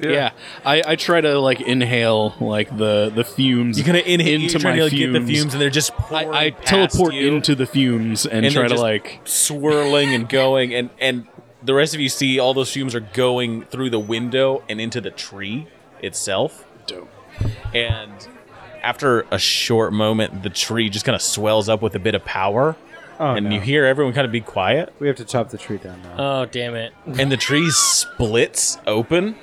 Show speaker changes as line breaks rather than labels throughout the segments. Yeah, I, I try to like inhale like the the fumes.
You're gonna inhale
into
you're trying
my
to like,
fumes.
get the fumes, and they're just pouring
I, I
past
teleport
you,
into the fumes and,
and
try
they're
to
just
like
swirling and going, and and the rest of you see all those fumes are going through the window and into the tree itself.
Dope.
And after a short moment, the tree just kind of swells up with a bit of power,
Oh,
and
no.
you hear everyone kind of be quiet.
we have to chop the tree down now.
Oh damn it!
and the tree splits open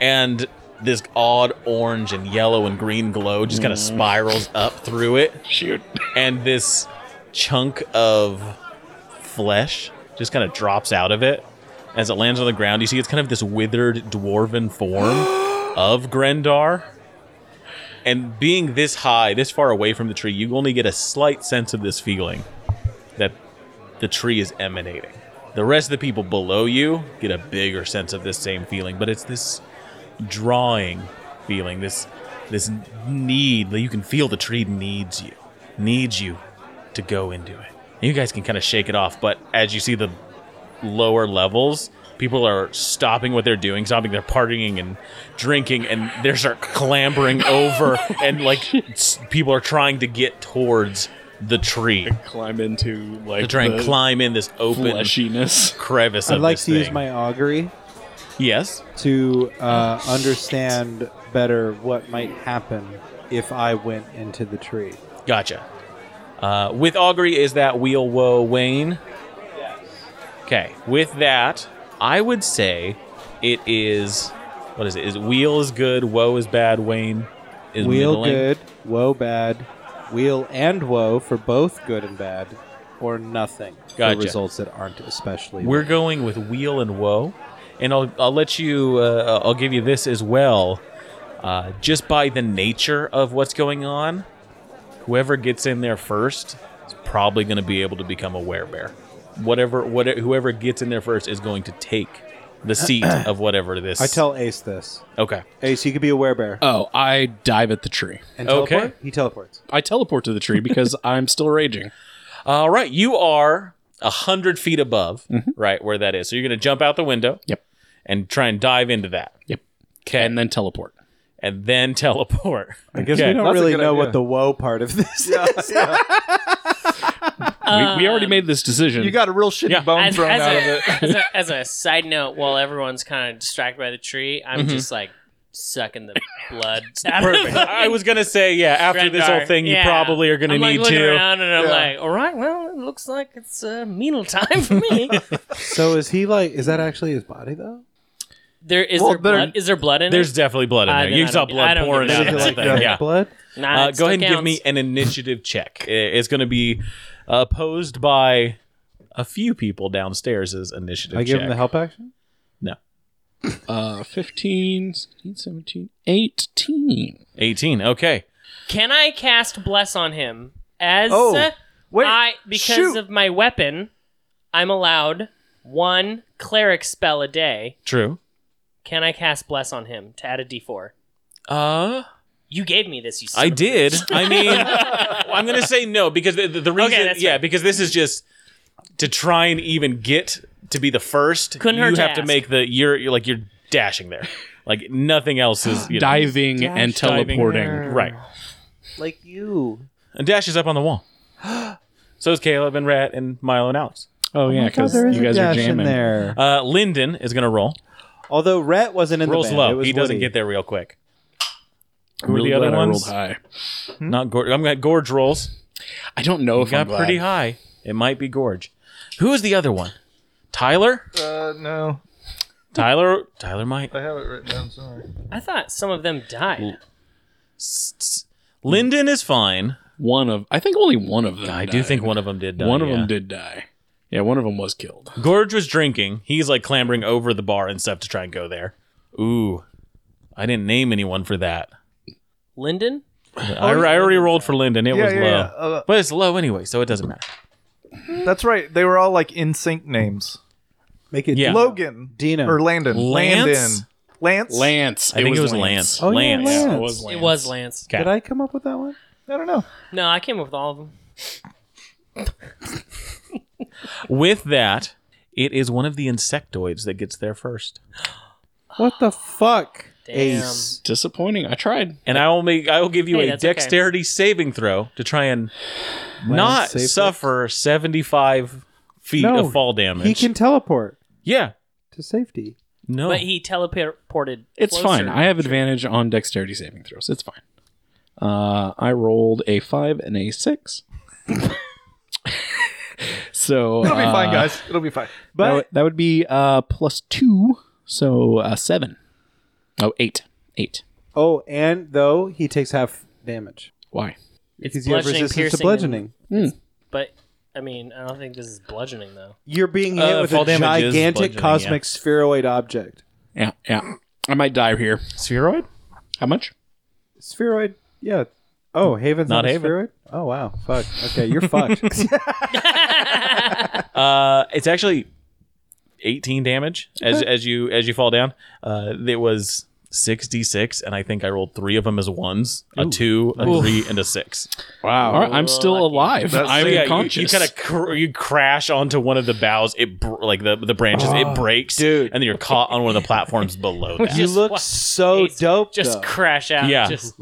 and this odd orange and yellow and green glow just kind of spirals up through it
shoot.
and this chunk of flesh just kind of drops out of it as it lands on the ground you see it's kind of this withered dwarven form of grendar and being this high this far away from the tree you only get a slight sense of this feeling that the tree is emanating the rest of the people below you get a bigger sense of this same feeling but it's this drawing feeling this this need that you can feel the tree needs you needs you to go into it and you guys can kind of shake it off but as you see the lower levels people are stopping what they're doing stopping their partying and drinking and they start clambering over and like s- people are trying to get towards the tree
Climb into like
to try and
the
climb in this open
fleshiness.
crevice of
I'd like
this
to use
thing.
my augury
yes
to
Oh,
uh, understand better what might happen if I went into the tree.
Gotcha. Uh, with augury is that wheel woe Wayne. Okay. With that, I would say it is. What is it? Is wheel is good, woe is bad, Wayne is
Wheel
middling.
good, woe bad. Wheel and woe for both good and bad, or nothing
Gotcha.
for results that aren't especially.
We're going with wheel and woe, and I'll I'll let you. Uh, I'll give you this as well. Uh, just by the nature of what's going on, whoever gets in there first is probably going to be able to become a werebear. Whatever, what, whoever gets in there first is going to take the seat of whatever this.
I tell Ace this.
Okay.
Ace, you could be a werebear.
Oh, I dive at the tree.
and
okay.
teleport? He teleports.
I teleport to the tree because I'm still raging.
All right, you are a hundred feet above,
Mm-hmm.
right where that is. So you're going to jump out the window.
Yep.
And try and dive into that,
Yep. And then teleport.
and then teleport.
I guess
Okay.
we don't
that's a
really
good
know what
idea.
the woe part of this is. Uh,
we, we already made this decision.
You got a real shitty
Yeah.
bone
As,
thrown
as
out of
a,
it.
as, a, as a side note, while everyone's kind of distracted by the tree, I'm just like sucking the blood. out of
Mm-hmm. Perfect.
the
I was gonna say, yeah. After this
Rendar.
whole thing, you
Yeah.
probably are gonna
I'm like uh,
need
looking
to.
Around and I'm
Yeah.
like, all right, well, it looks like it's uh, meal time for me.
so is he like? Is that actually his body though?
there is
Well,
there
there-
blood? Is there blood in
There's
it?
definitely blood in
I
there.
don't-
You
I
saw
don't- I
blood
don't
pouring
give a
out
Is
of
it
shit.
that
like
thing. Yeah.
blood?
Nah,
Uh,
it
go
still
ahead and give
counts.
me an initiative check. I- It's gonna be uh, posed by a few people downstairs as initiative.
I give
check.
him the help action.
uh, 15, 16, 17, 18.
Eighteen. Okay.
Can I cast bless on him as
Oh,
uh,
Wait,
I because
shoot.
of my weapon? I'm allowed one cleric spell a day.
True.
Can I cast bless on him to add a d4?
Uh,
You gave me this. You son
I
of a-
did. I mean, I'm gonna say no because the, the, the reason,
that's
yeah,
fair.
because this is just to try and even get to be the first.
Couldn't
you
hurt to
have to
ask.
make the you're, you're like you're dashing there, like nothing else is you know.
Diving and
diving.
teleporting.
Right.
Like you.
And Dash is up on the wall. so is Caleb and Rat and Milo and Alex.
Oh, yeah, because
There is
you guys
a
are
dash
jamming.
in there.
Uh, Lyndon is going to roll.
Although Rhett wasn't in
Rolls
the band. It
low.
was
He doesn't
Woody.
get there real quick.
I'm
Who are
really
the other
glad I
ones? Hmm?
rolled high.
Not Gorge. I'm going to Gorge rolls.
I don't know if
Got
I'm glad.
pretty high. It might be Gorge. Who is the other one? Tyler?
Uh, no,
Tyler? Tyler might.
I have it written down somewhere.
I thought some of them died.
S- s- Lyndon is fine.
One of, I think only one of them.
I do
died.
think one of them did die.
one of
yeah.
them did die. Yeah, one of them was killed.
Gorge was drinking. He's like clambering over the bar and stuff to try and go there. Ooh. I didn't name anyone for that.
Linden?
I, I already rolled for Linden. It
Oh, Yeah,
was
yeah,
low.
yeah. Uh,
but it's low anyway, so it doesn't matter.
That's right. They were all like in sync names.
Make it
Yeah.
Logan,
Dino.
or Landon,
Lance?
Landon, Lance.
Lance.
I think it was Lance.
Oh, yeah,
Lance.
Lance.
It was Lance.
It was Lance.
Okay.
Did I come up with that one?
I don't know.
No, I came up with all of them.
With that, it is one of the insectoids that gets there first.
What the fuck?
Damn.
Oh,
Ace.
Disappointing. I tried.
And I will make I will give you
Hey,
a
that's okay.
dexterity saving throw to try and not
safe
suffer seventy five feet
No,
of fall damage.
He can teleport
yeah.
to safety.
No.
But he teleported.
It's
closer.
fine. I have advantage on dexterity saving throws. It's fine. Uh, I rolled a five and a six. so
It'll be
uh,
fine, guys. It'll be fine.
That,
But
would- that would be uh, plus two, so uh, seven. Oh, eight. Eight.
oh, and though he takes half damage
Why?
It's
because you have
bludgeoning,
resistance to
piercing,
bludgeoning.
But I mean, I don't think this is bludgeoning though.
You're being hit
Uh,
with
fall
a
damage is
gigantic
bludgeoning,
cosmic spheroid object.
Yeah, yeah. I might die here.
spheroid?
How much?
Spheroid, yeah. Oh, Haven's
Not
not, a
Haven.
spheroid. Oh wow, fuck. Okay, you're fucked.
Uh it's actually eighteen damage as as you as you fall down. Uh it was sixty six and I think I rolled three of them as ones. A two, a three, and a six.
Wow. All right, I'm still
Lucky.
alive.
That's-
I'm
Oh, So, yeah, you-
conscious.
You, kind of cr- you crash onto one of the boughs. It br- like the the branches. it breaks,
Ah. dude.
and then you're caught on one of the platforms below that.
you
Just
look
what-
so
Ace,
Oh, dope.
Just
though.
crash out.
Yeah.
Just,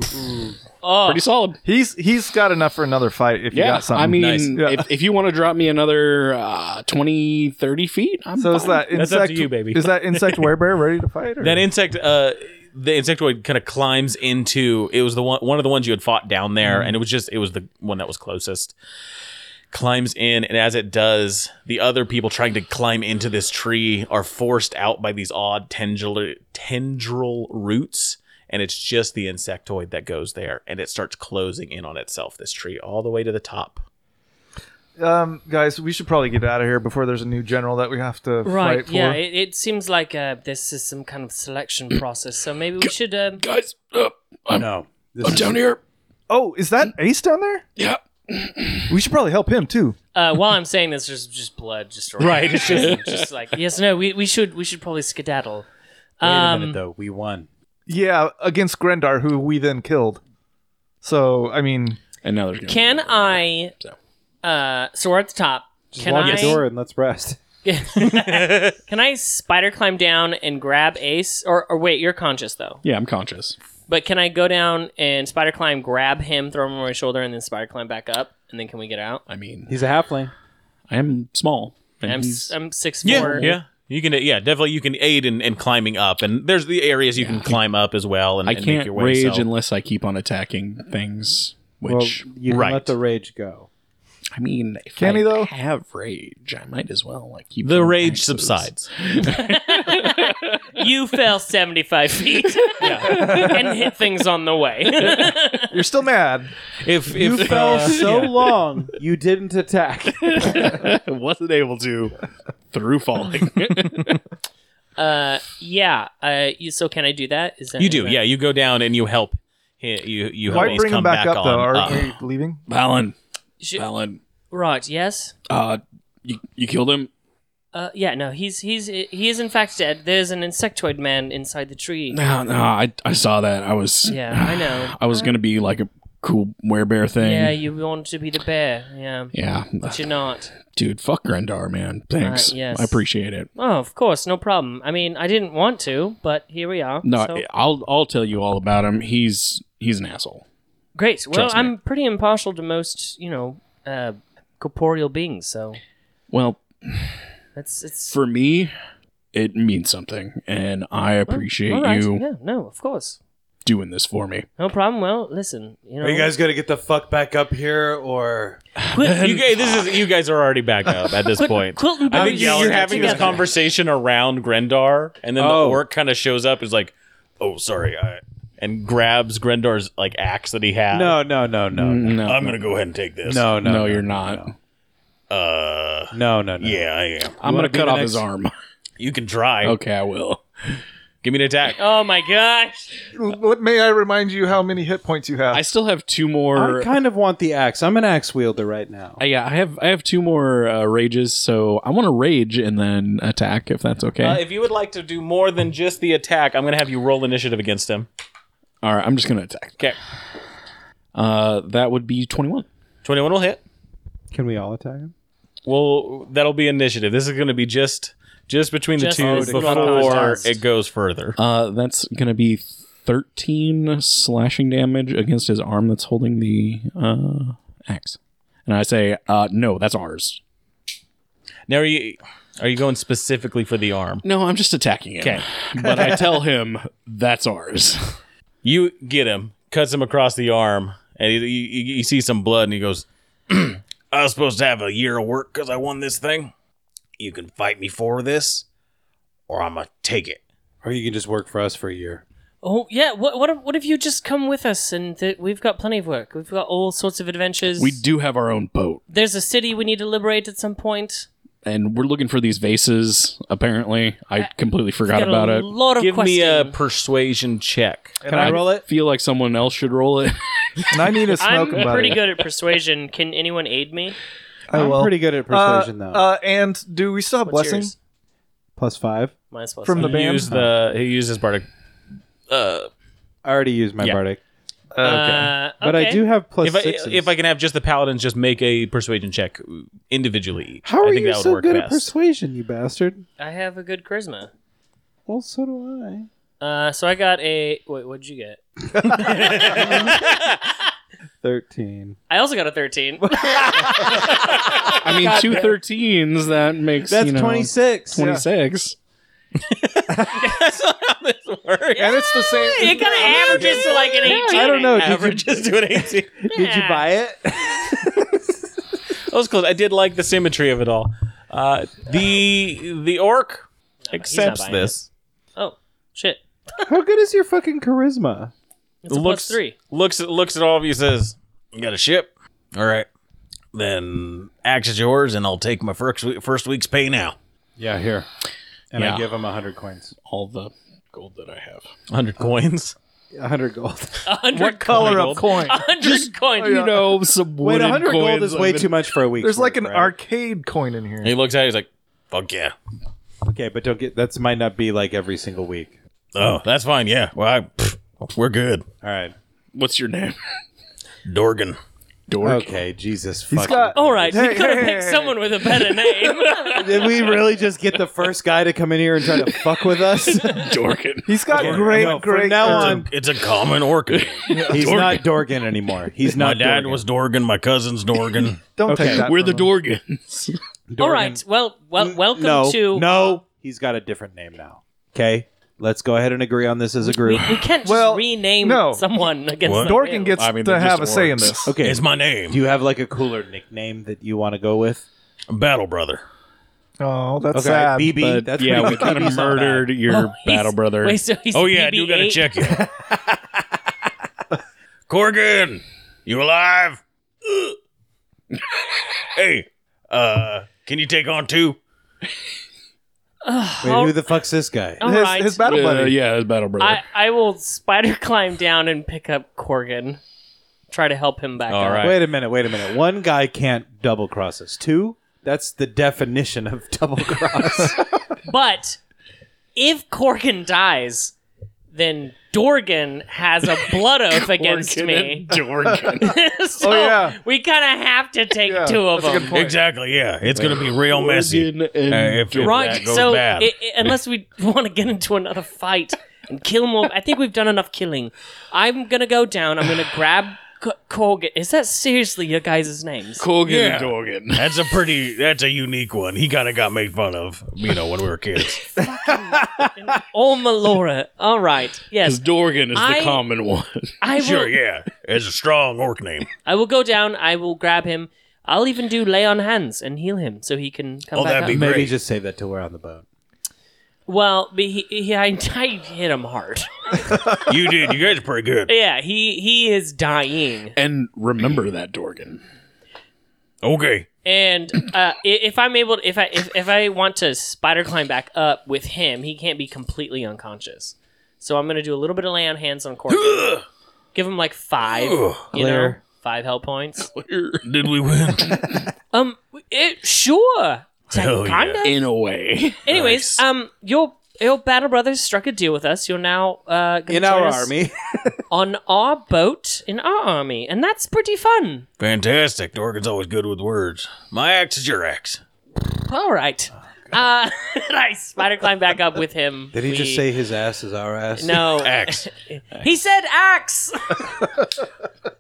oh,
pretty solid.
He's he's got enough for another fight. If you
Yeah,
got something,
I mean,
nice.
Yeah.
if, if you want to drop me another uh, 20, 30 feet, I'm
so is
fine.
that insect?
That's up to you, baby.
Is that insect werebear ready to fight? Or?
That insect, uh, the insectoid kind of climbs into. It was the one one of the ones you had fought down there, and it was just it was the one that was closest. Climbs in, and as it does, the other people trying to climb into this tree are forced out by these odd tendril tendril roots. And it's just the insectoid that goes there, and it starts closing in on itself. This tree, all the way to the top.
um, guys, we should probably get out of here before there's a new general that we have to
right.
fight for.
Yeah. It, it seems like uh, this is some kind of selection process. So maybe we should. Um,
Guys, uh, I'm,
no. This
I'm
is-
down here.
oh, is that Ace down there?
Yeah.
We should probably help him too.
uh, while I'm saying this, there's just blood just around.
Right.
It's just, just like yes, no. We, we should we should probably skedaddle.
Wait a
Um,
minute though, we won.
Yeah, against Grendar, who we then killed. So I mean,
And now there's gonna
can
be-
I?
So.
Uh, so we're at the top.
Just
can
lock
I?
the door and let's rest.
Can I spider climb down and grab Ace? Or, or wait, you're conscious though.
Yeah, I'm conscious.
But can I go down and spider climb, grab him, throw him over my shoulder, and then spider climb back up? And then can we get out?
I mean,
He's a halfling.
I am small. and
I'm
he's-
s- I'm six
Yeah,
four.
yeah. You can, yeah, definitely. You can aid in, in climbing up, and there's the areas you can climb up as well. And,
I
and make
can't
your way,
rage
so-
unless I keep on attacking things.
Well,
Which
you can
right.
let the rage go.
I mean, if
Can
I
he, though?
have rage, I might as well like keep
the
on
rage
axes.
subsides.
You fell seventy five feet and hit things on the way.
you're still mad.
If
You
if uh,
fell so long, you didn't attack.
wasn't able to through falling.
uh, yeah. Uh, you, so can I do that? Is that
you do,
anywhere?
yeah, you go down and you help. hi- You you help
Why
Ace
bring him
come
back, up
on uh,
though? Are
up.
we leaving?
Valen,
Sh-
Valen,
right. Yes.
uh, you, you killed him.
Uh, yeah. No. He's he's he is in fact dead. There's an insectoid man inside the tree.
No, no, I, I saw that. I was
Yeah, I know.
I was gonna be like a cool bear thing.
Yeah, you want to be the bear. Yeah.
yeah,
But you're not.
dude, fuck Grendar, man. Thanks,
Uh, yes.
I appreciate it.
Oh, of course, no problem. I mean, I didn't want to, but here we are.
No,
so-
I'll I'll tell you all about him. He's he's an asshole.
great. Well,
trust me.
I'm pretty impartial to most, you know, uh, corporeal beings, so
Well,
that's it's
for me, it means something, and I
well,
appreciate
all right.
you
Yeah, no, of course,
doing this for me.
no problem. Well, listen, you know,
gonna get the fuck back up here, or
You guys, this is you guys are already back up at this point.
Quilton
I think
Brothers
you're,
together.
having this conversation around Grendar, and then
Oh.
the orc kind of shows up. Is like, oh, sorry, I, and grabs Grendar's like axe that he had.
no, no, no, no, no,
No,
I'm gonna go ahead and take this.
no, Mm. no,
no, you're not.
Uh,
No, no, no.
yeah, I am.
I'm gonna
wanna be
cut
the
off Oh,
next-
his arm.
You can try.
okay, I will.
Give me an attack.
Oh my gosh.
L- May I remind you how many hit points you have?
I still have two more.
I kind of want the axe. I'm an axe wielder right now.
Uh, yeah, I have I have two more uh, rages, so I want to rage and then attack if that's okay.
Uh, if you would like to do more than just the attack, I'm going to have you roll initiative against him.
All right, I'm just gonna attack.
Okay.
Uh, that would be 21.
21 will hit.
Can we all attack him?
Well, that'll be initiative. This is going to be just just between the
Just
two
as it got
before
contest.
it goes further.
Uh, that's gonna be 13 slashing damage against his arm that's holding the uh, axe. And I say, uh, no, that's ours.
Now, are you are you going specifically for the arm?
No, I'm just attacking him.
Okay.
but I tell him that's ours.
You get him, cuts him across the arm, and you, you, you see some blood, and he goes, "I was supposed to have a year of work because I won this thing. You can fight me for this, or I'm gonna take it."
Or you can just work for us for a year.
Oh yeah. What what if, what if you just come with us and th- we've got plenty of work. We've got all sorts of adventures.
we do have our own boat,
There's a city we need to liberate at some point.
and we're looking for these vases, apparently. I completely forgot
Got
about
a
it.
lot of
Give me a
questing.
persuasion check.
Can I, roll it?
feel like someone else should roll it.
and I need a smoke
I'm
buddy.
pretty good at persuasion. Can anyone aid me?
I will.
I'm pretty good at
Uh,
persuasion, though.
Uh, and do we still have
What's
blessing
yours?
Plus five.
Might as well
from
say.
the
He
band?
used the he used his bardic. Uh,
I already used my
Yeah.
bardic.
Uh, okay.
Uh,
But I
okay.
do have plus
if I
sixes.
if I can have just the paladins just make a persuasion check individually,
How
I
are
think
you
that would
so
work
good
best.
at persuasion, you bastard?
I have a good charisma.
Well, so do I.
Uh, so I got a. Wait, what'd you get?
13.
I also got a 13.
I mean, two 13s, that makes
That's
you know,
26.
26.
That's not how this works.
and it's the same.
it kind of averages to like an 18.
I don't know. Did you,
Averages to an 18.
did you buy it?
That was close. I did like the symmetry of it all. Uh, the the orc accepts
buying
this.
Oh, shit.
How good is your fucking charisma?
It's a
looks
plus three.
Looks at looks at all of you. Says, "You got a ship? All right, then axe is yours, and I'll take my first we- first week's pay now.
Yeah, here. And
Yeah.
I give him 100 coins.
All the gold that I have.
Hundred coins.
100 gold.
100
What color of coin?
100 coin.
You know, some
Wait,
wooden
100
coins
gold is
I've
way
been-
too much for a week.
There's like an
right?
arcade coin in here.
He looks at. It, he's like, "Fuck yeah."
Okay, but don't get that's might not be like every single week.
Oh, that's fine. Yeah. Well, I, pff, we're good.
All right.
What's your name?
Dorgan.
Dork.
Okay, Jesus.
He's
fucking-
got-
All right, we
Hey,
could have
hey,
picked
hey,
someone with a better name.
Did we really just get the first guy to come in here and try to fuck with us?
Dorkin.
He's got great,
No, from
great.
now on,
It's a common orc.
he's not Dorgan anymore. He's
my
not.
dad
Dorgan.
was Dorgan. My cousin's Dorgan.
Don't
Okay.
take that.
We're
from
the
him.
Dorgans.
All right, well, well Uh, welcome
no,
to.
no. He's got a different name now. Okay, let's go ahead and agree on this as a
We,
group.
we can't just
Well,
rename
no.
someone against
What?
their will.
Dorkin gets
I mean,
to
they're
have a
just
say in
orcs.
this.
Okay,
It's my
do
name.
you have like a cooler nickname that you want to go with?
Battle brother.
Oh, that's
Okay,
sad.
BB.
But
that's
yeah,
pretty
we kind of
BB's not bad.
murdered your
Oh, he's-
battle brother.
Wait, so he's
Oh yeah, I
BB-8?
do gotta check you. Corgan, you alive? Ugh. hey, uh, can you take on two?
Wait, who the fuck's this guy?
All
his,
right.
his battle
Uh,
buddy.
yeah, his battle brother.
I, I will spider climb down and pick up Corgan. Try to help him back
All
up.
right.
Wait a minute. Wait a minute. One guy can't double cross us. Two. That's the definition of double cross.
But if Corgan dies, then Dorgan has a blood oath against
Dorkin
me.
and Dorgan.
so
Oh, yeah.
we kind of have to take
Yeah,
two of
that's a
them.
good point.
Exactly. Yeah, it's gonna be real messy.
Dorgan and
Uh, if, if
Right,
that goes
so
bad.
i i unless we want to get into another fight and kill more, I think we've done enough killing. I'm gonna go down. I'm gonna grab C- Corgan. Is that seriously your guys' names?
Corgan
Yeah.
and Dorgan.
That's a pretty. That's a unique one. He kind of got made fun of, you know, when we were kids.
Oh, Malora. All right. Yes,
Because Dorgan is
I-
the common one.
I will.
Sure, yeah, it's a strong orc name.
I will go down. I will grab him. I'll even do lay on hands and heal him so he can come
Oh,
back
that'd
up.
be-
Maybe
Great.
just say that till we're on the boat.
well, but he, he, I, I hit him hard.
You did. You guys are pretty good.
yeah, he he is dying.
and remember that Dorgan.
Okay,
And uh, i- if I'm able, to, if I if, if I want to spider climb back up with him, he can't be completely unconscious. So I'm gonna do a little bit of lay on hands on Corbin. Give him like five, you know,
Claire.
five health points.
Did we win?
Um, it, sure,
Hell yeah.
kinda.
in a way.
Anyways,
Nice.
um, your your battle brothers struck a deal with us. You're now uh gonna
in our
join us
army.
on our boat in our army, and that's pretty fun.
Fantastic. Dorgan's always good with words. My axe is your axe.
All right. uh, and I spider climb back up with him.
Did he
We-
just say his ass is our ass?
no?
Axe.
He said axe.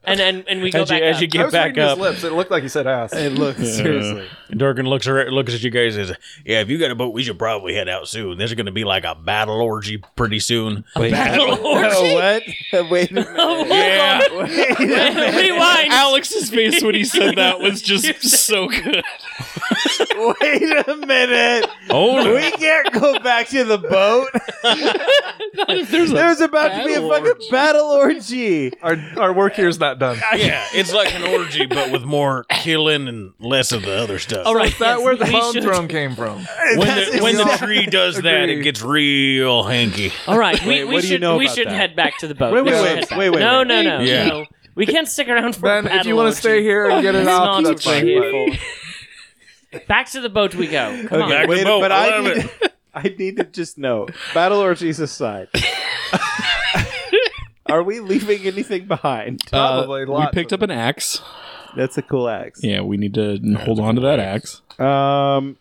and then and we go
As you,
back
as you
up.
I
get
was
back
reading his
up,
lips. It looked like he said ass.
It looks seriously.
Durkin looks ar- looks at you guys and says, "Yeah, if you got a boat, we should probably head out soon. There's going to be like a battle orgy pretty soon."
Wait,
Orgy?
what? Wait a
Oh.
minute.
yeah. Rewind.
Alex's face when he said that was just so good.
Wait a minute.
Oh, no.
We can't go back to the boat.
There's a
There's about to be a
Battle
fucking
orgy.
battle orgy.
Our, our work here is not done.
yeah, it's like an orgy, but with more killing and less of the other stuff.
All right.
Is that
yes,
where the
we
palm
should-
throne came from?
When
That's
the, when the
exact-
tree does that, it
Agreed.
gets real hanky.
All right. We,
Wait,
we
what do you
should
know
we
about
should
that?
head back to the boat.
Wait,
We
wait,
should
wait,
head back.
wait, wait,
No,
wait.
no, no,
Yeah.
no. We can't stick around for
Ben,
a battle
if you want
orgy.
to stay here and get it
It's
off,
not
that's
what
fine.
we're here
but-
for. Back to the boat we go.
Okay.
Come on.
Back to
Wait,
the boat.
but
I
I
love
need, I need to just know. Battle orgies aside. Are we leaving anything behind?
Probably
Uh, we
lots
picked
of-
up an axe.
That's a cool axe.
Yeah, we need to hold on to that axe.
Um,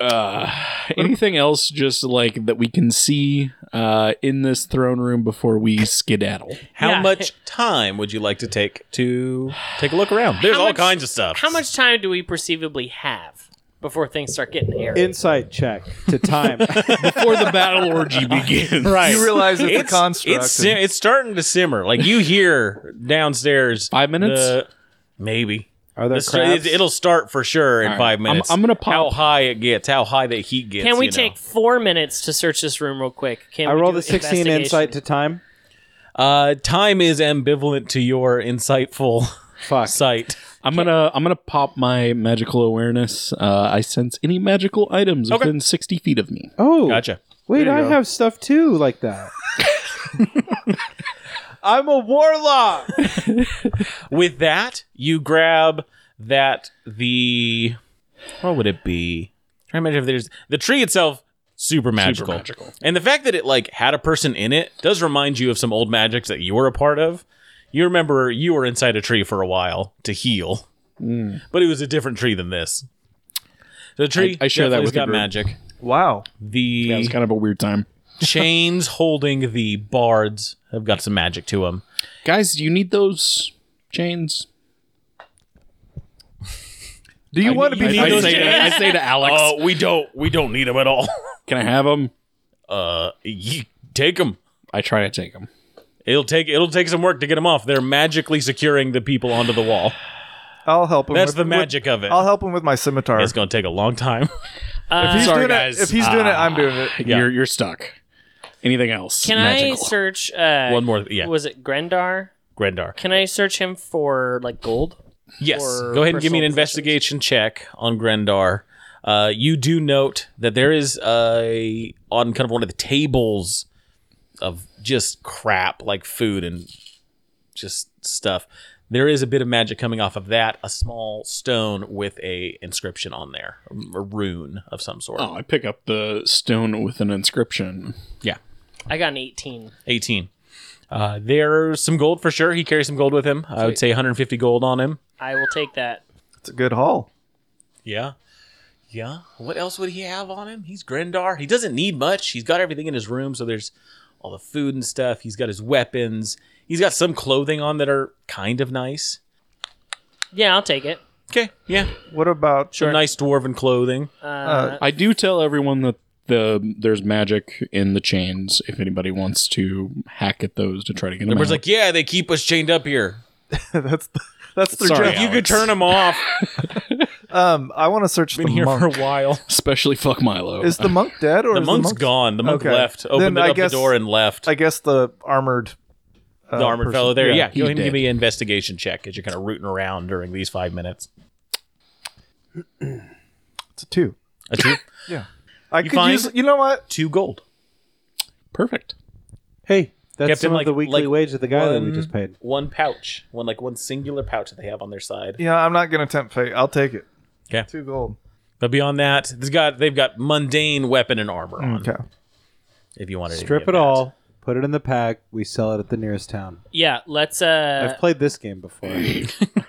Uh, anything else just like that we can see uh, in this throne room before we skedaddle?
How
Yeah.
much time would you like to take to take a look around? There's
How
all
much-
kinds of stuff.
How much time do we perceivably have before things start getting hairy?
insight check to time.
Before the battle orgy begins. Right.
You realize it's, a construct.
It's sim- it's starting to simmer. Like you hear downstairs.
Five minutes?
the- maybe.
Are there
The str- it-
crabs?
it'll start for sure in
right.
five
I'm-
minutes.
I'm gonna pop-
How high it gets, how high the heat gets.
Can we
you know.
take four minutes to search this room real quick? Can
I
we
rolled
do
a 16
investigation?
insight to time.
Uh, time is ambivalent to your insightful
Fuck.
sight.
I'm gonna I'm gonna pop my magical awareness. Uh, I sense any magical items within 60 feet of me.
Oh,
Gotcha.
Wait,
There you
I
go.
have stuff too like that. I'm a warlock.
With that, you grab that the what would it be? Trying to imagine if there's the tree itself. Super magical.
magical.
and the fact that it like had a person in it does remind you of some old magics that you were a part of. You remember you were inside a tree for a while to heal,
Hmm.
but it was a different tree than this. The tree
I share that
definitely
with the
got
group.
magic.
wow.
The
That was kind of a weird time.
chains holding the bards have got some magic to them.
Guys, do you need those chains?
Do you want to be
I, I
those-
say to, I say to Alex,
we don't we don't need them at all.
"Can I have them?"
Uh, ye take them.
I try to take them.
It'll take it'll take some work to get them off. They're magically securing the people onto the wall.
I'll help him.
That's
with-
the
with-
magic of it.
I'll help him with my scimitar.
it's gonna take a long time.
if he's
sorry,
doing
guys.
it, if he's doing it, I'm doing it.
Yeah.
You're you're stuck. Anything else?
Can I
magical?
search? Uh,
One more, yeah.
Was it Grendar?
Grendar.
Can I search him for like gold?
Yes.
or
Go ahead and give me an
personal
investigation check on Grendar. Uh, you do note that there is a on kind of one of the tables of just crap like food and just stuff. There is a bit of magic coming off of that. A small stone with a inscription on there, a rune of some sort.
Oh, I pick up the stone with an inscription.
Yeah.
I got an eighteen.
18. Uh, there's some gold for sure. He carries some gold with him. I would say 150 gold on him.
I will take that.
It's a good haul.
Yeah. Yeah. What else would he have on him? He's Grendar. He doesn't need much. He's got everything in his room. So there's all the food and stuff. He's got his weapons. He's got some clothing on that are kind of nice.
Yeah, I'll take it.
Okay. Yeah.
What about
Some nice dwarven clothing.
uh,
I do tell everyone that the there's magic in the chains. If anybody wants to hack at those to try to get them,
Everyone's
out.
like, yeah, they keep us chained up here.
that's the, that's the
Sorry,
joke.
You could turn them off.
Um, I want to search
Been
the
here
monk.
for a while.
especially fuck Milo.
Is the monk dead or
The
is
monk's
the monk
gone. The monk
Okay.
left.
Then
Opened
I
up
guess-
the door and left.
I guess the armored. uh,
the armored
person-
fellow there. Yeah,
he's
go ahead and
dead.
give me an investigation check as you're kind of rooting around during these five minutes.
It's a two.
A two,
I
You
could
find-
use. You know what?
two gold.
Perfect.
Hey, that's
Kept
some
in,
of
like-
the weekly
like
wage of the guy that we
one-
just paid.
One pouch, one like one singular pouch that they have on their side.
Yeah, I'm not gonna tempt fate. I'll take it.
Okay.
Two gold.
But beyond that, they've got they've got mundane weapon and armor on.
Okay.
If you wanted,
Strip
any of
it
that.
all, put it in the pack. We sell it at the nearest town.
Yeah, let's.
I've
Uh,
played this game before.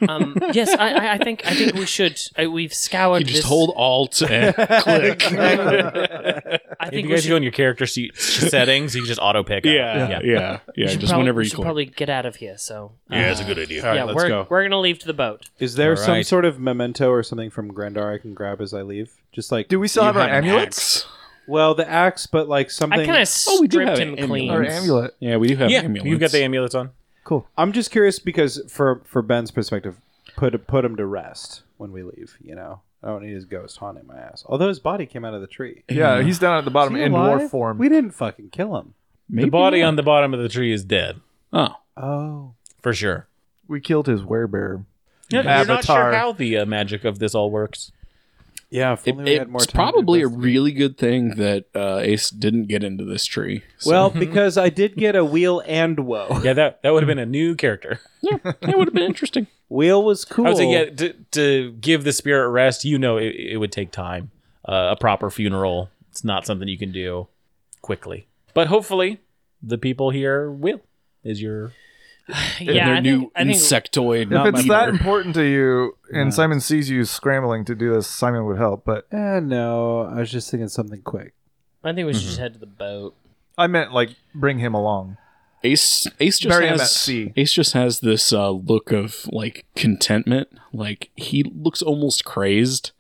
um, yes, I, I, I think I think we should. I, we've scoured.
You just
this,
hold alt and click.
I
If
think
you
we
guys are
should,
doing your character se- settings, you can just auto pick. up.
yeah, yeah, yeah.
should
Just
prob-
whenever
we
you
should
click.
probably get out of here. So uh,
Yeah, it's a good idea.
yeah,
let's
we're
go.
we're gonna leave to the boat.
Is there some
right.
sort of memento or something from Grandar I can grab as I leave? Just like
Do we still
You
have our
an
amulets?
axe.
well the axe, but like
I
something.
kind of
Oh, we do
stripped
have
him
amulets.
clean.
Our
Alright.
amulet.
Yeah, we do have
yeah.
amulets.
You've got the amulets on.
Cool.
I'm just curious because for for Ben's perspective, put put him to rest when we leave. You know, I don't need his ghost haunting my ass. Although his body came out of the tree.
Yeah, he's down at the bottom
Is he
in
alive?
dwarf form.
We didn't fucking kill him.
Maybe
The body
not.
on the bottom of the tree is dead
Oh,
Oh,
for sure.
We killed his werebear.
Yeah, you're not sure
Avatar.
how the uh, magic of this all works.
yeah. If
it,
only we had more
it's
time. to
probably a
invest-
really good thing that uh, Ace didn't get into this tree. So
well because I did get a wheel and woe.
Yeah, that that would have been a new character.
it would have been interesting.
Wheel was cool.
I would say, yeah, to, to give the spirit rest, you know, it, it would take time. Uh, a proper funeral, it's not something you can do quickly. But hopefully, the people here will. Is your
and
Yeah,
their
I
new
think, I think
insectoid.
If it's that
member.
important to you, and Simon sees you scrambling to do this, Simon would help. But
Eh, no, I was just thinking something quick.
I think we
Mm-hmm.
should just head to the boat.
I meant like bring him along.
Ace, Ace just
Bury him at
has
sea.
Ace just has this uh, look of like contentment. Like he looks almost crazed.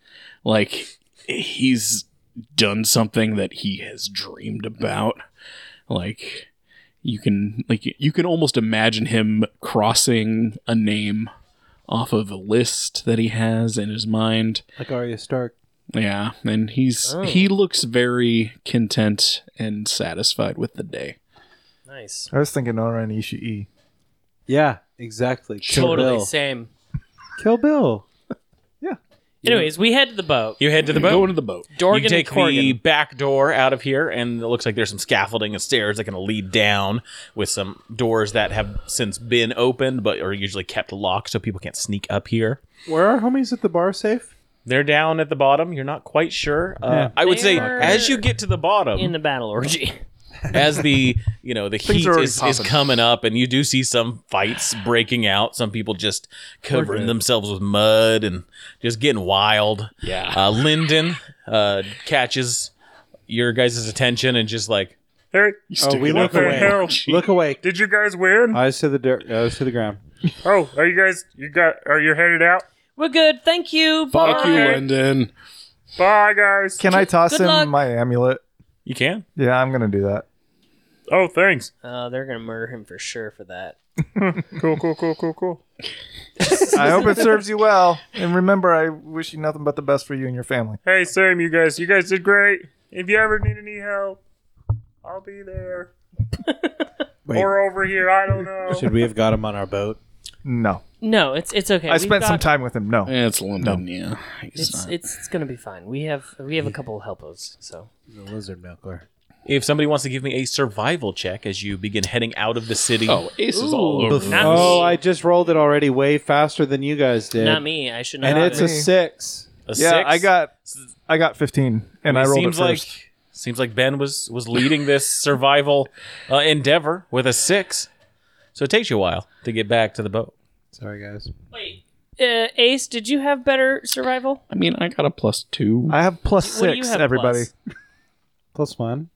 Like he's done something that he has dreamed about. Like you can like you can almost imagine him crossing a name off of a list that he has in his mind.
Like Arya Stark.
Yeah, and he's he looks very content and satisfied with the day.
Nice.
I was thinking Nora and Ishii.
Yeah, exactly. Kill
Totally
Bill.
same.
Kill Bill.
Anyways, we head to the boat.
you head to the boat.
Go to the boat.
Dorgan
you take
and Corgan.
the back door out of here, and it looks like there's some scaffolding and stairs that can lead down with some doors that have since been opened, but are usually kept locked so people can't sneak up here.
Were our homies at the bar safe?
They're down at the bottom. You're not quite sure. Uh, I would say
They're
as you get to the bottom,
in the battle orgy.
as the you know the heat
are already
is, is
popping.
coming up and you do see some fights breaking out some people just covering themselves with mud and just getting wild
Yeah.
uh, linden uh, catches your guys' attention and just like
Hey,
Oh, we look
hey,
away.
Harold,
Look away.
did you guys win?
Eyes to the dirt. Eyes to the ground.
Oh, are you guys? You got? Are you headed out?
We're good. Thank you.
Fuck
Bye.
you, Linden.
Bye, guys.
Can I toss
Good
him
luck.
my amulet?
you can
Yeah, I'm gonna do that.
Oh, thanks.
Uh, they're gonna murder him for sure for that.
Cool, cool, cool, cool, cool.
I hope it serves you well. And remember, I wish you nothing but the best for you and your family.
Hey, same, you guys. You guys did great. If you ever need any help, I'll be there.
Wait.
Or over here, I don't know.
Should we have got him on our boat?
No,
No, it's it's okay.
I
We've
spent some
got-
time with him. No,
Eh, It's Linden, yeah. He's
It's,
not.
it's it's gonna be fine. We have we have a couple of helpers. So
The lizard milker.
if somebody wants to give me a survival check as you begin heading out of the city
oh, Ace is all over.
not
it.
Oh,
me.
I just rolled it already way faster than you guys did.
not me. I should not.
And
have
it's a
been.
six.
a
yeah,
six?
I got, I got 15, and I
It
rolled
seems
it first.
like seems like ben was was leading this survival uh, endeavor with a six so it takes you a while to get back to the boat
Sorry, guys.
wait. Uh, Ace, did you have better survival?
I mean, I got a plus two.
I have plus
What do you
six,
have
everybody.
plus?
Plus one.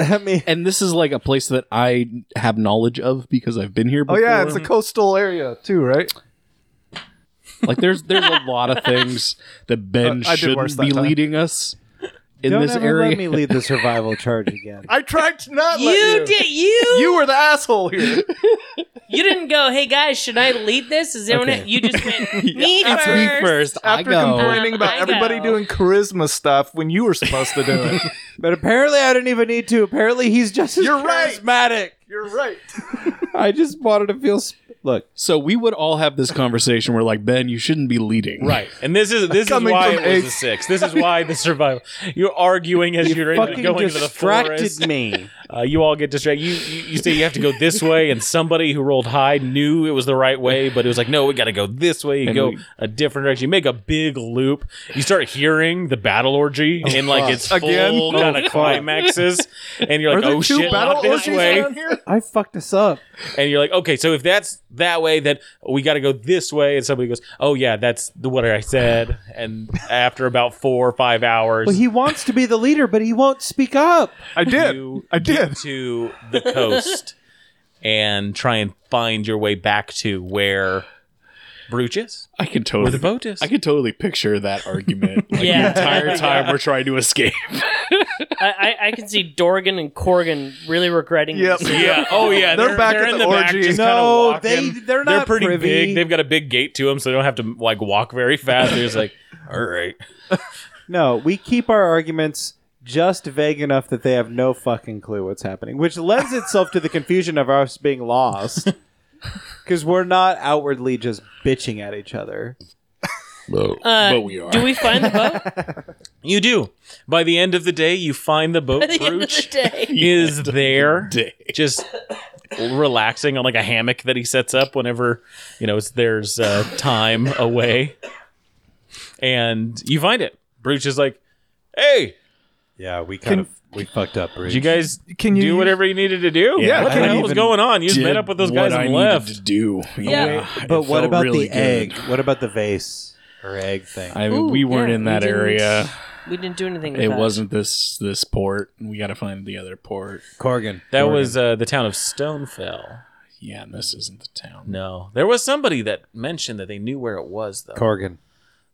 I mean,
and this is like a place that I have knowledge of because I've been here
Oh
before.
yeah, it's a coastal area too, right?
like there's there's a lot of things that Ben
Uh, I did worse
shouldn't
that
be
time.
leading us in
don't
this
ever
area.
let me lead the survival charge again.
I tried to not
You, did you
You were the asshole here.
you didn't go. Hey guys, should I lead this? Is everyone?
Okay.
You just went me
It's
first.
me first. I
After
go.
complaining
Um,
about
I
everybody
know.
doing charisma stuff when you were supposed to do it.
But apparently, I didn't even need to. Apparently, he's just as
You're right.
charismatic.
You're right.
I just wanted to feel sp- Look,
So we would all have this conversation where like Ben, you shouldn't be leading.
Right, and this is this is
Coming
why
from
it was
eighth.
a six. This is why the survival. You're arguing as you are
fucking
going into the forest.
distracted me.
Uh, you all get distracted. You, you you say you have to go this way, and somebody who rolled high knew it was the right way, but it was like, no, we got to go this way. You
And
go
we-
a different direction. You make a big loop. You start hearing the battle orgy in like its
Again?
full kind of climaxes, and you're like, oh shit, not this way.
here?
I fucked this up.
And you're like, okay, so if that's that way, then we got to go this way. And somebody goes, oh yeah, that's the what I said. And after about four or five hours,
Well, he wants to be the leader, but he won't speak up.
I did.
you
I did.
get to the coast and try and find your way back to where Brooch is,
I can
where the
totally
boat is.
I can totally picture that argument like
Yeah.
the entire time we're trying to escape.
I, I, I can see Dorgan and Corgan really regretting.
Yep.
this.
yeah. Oh, yeah.
They're back at the orgy.
kinda
No,
walking.
they- they're
They're
not
pretty
privy.
big. They've got a big gate to them, so they don't have to like walk very fast. They're just like, all right.
No, we keep our arguments just vague enough that they have no fucking clue what's happening, which lends itself to the confusion of us being lost. Because we're not outwardly just bitching at each other.
Uh,
but we are.
Do we find the boat
You do. By the end of the day, you find the boat.
at the end of the
Brooch
day?
is there.
Day.
just relaxing on like a hammock that he sets up whenever you know it's, there's uh, time away, and you find it. Brooch is like, "Hey,
Yeah, we
kind Can-
of we fucked up.
did you guys
Can you
do whatever you needed to do?
Yeah,
what
can
the hell
you
was
even-
going on? You just met
Did
up with those
what
guys
I
and
needed
left.
to do.
Yeah.
it
But what
felt
about
really
the
good.
egg? What about the vase or egg thing?
I mean,
Ooh,
we weren't
yeah,
in
we
that
didn't-
area.
We didn't do anything. With
It
that.
wasn't this this port. We got to find the other port.
Corgan.
That
Corgan.
was uh, the town of Stonefell.
Yeah, and this isn't the town.
No, there was somebody that mentioned that they knew where it was though.
Corgan.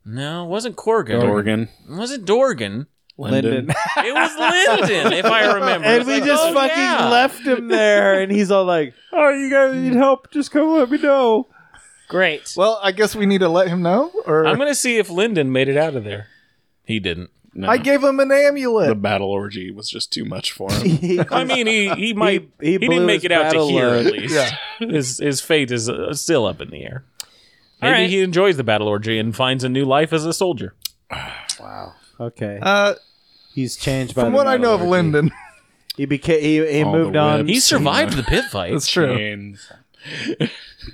no, it wasn't Corgan.
Dorgan,
It wasn't Dorgan.
Linden.
It was Linden, if I remember.
and
It's
we
like,
just
oh,
fucking
yeah.
left him there, and he's all like, "Oh, you guys need help? Just come let me know."
great.
Well, I guess we need to let him know, or
I'm gonna see if Lyndon made it out of there. He didn't.
No,
I gave him an amulet.
the battle orgy was just too much for him.
He-
I mean, he he might
he
he,
blew
didn't make
his
it out to
battle
here
load.
at least.
Yeah.
His his fate is uh, still up in the air.
All
Maybe
right.
he enjoys the battle orgy and finds a new life as a soldier.
okay,
uh,
he's changed by
from
the
what I know of
metallurgy.
Lyndon,
He became he, he
All the
moved on.
webs.
He
He
survived
survived
the pit fight.
that's true.
And
He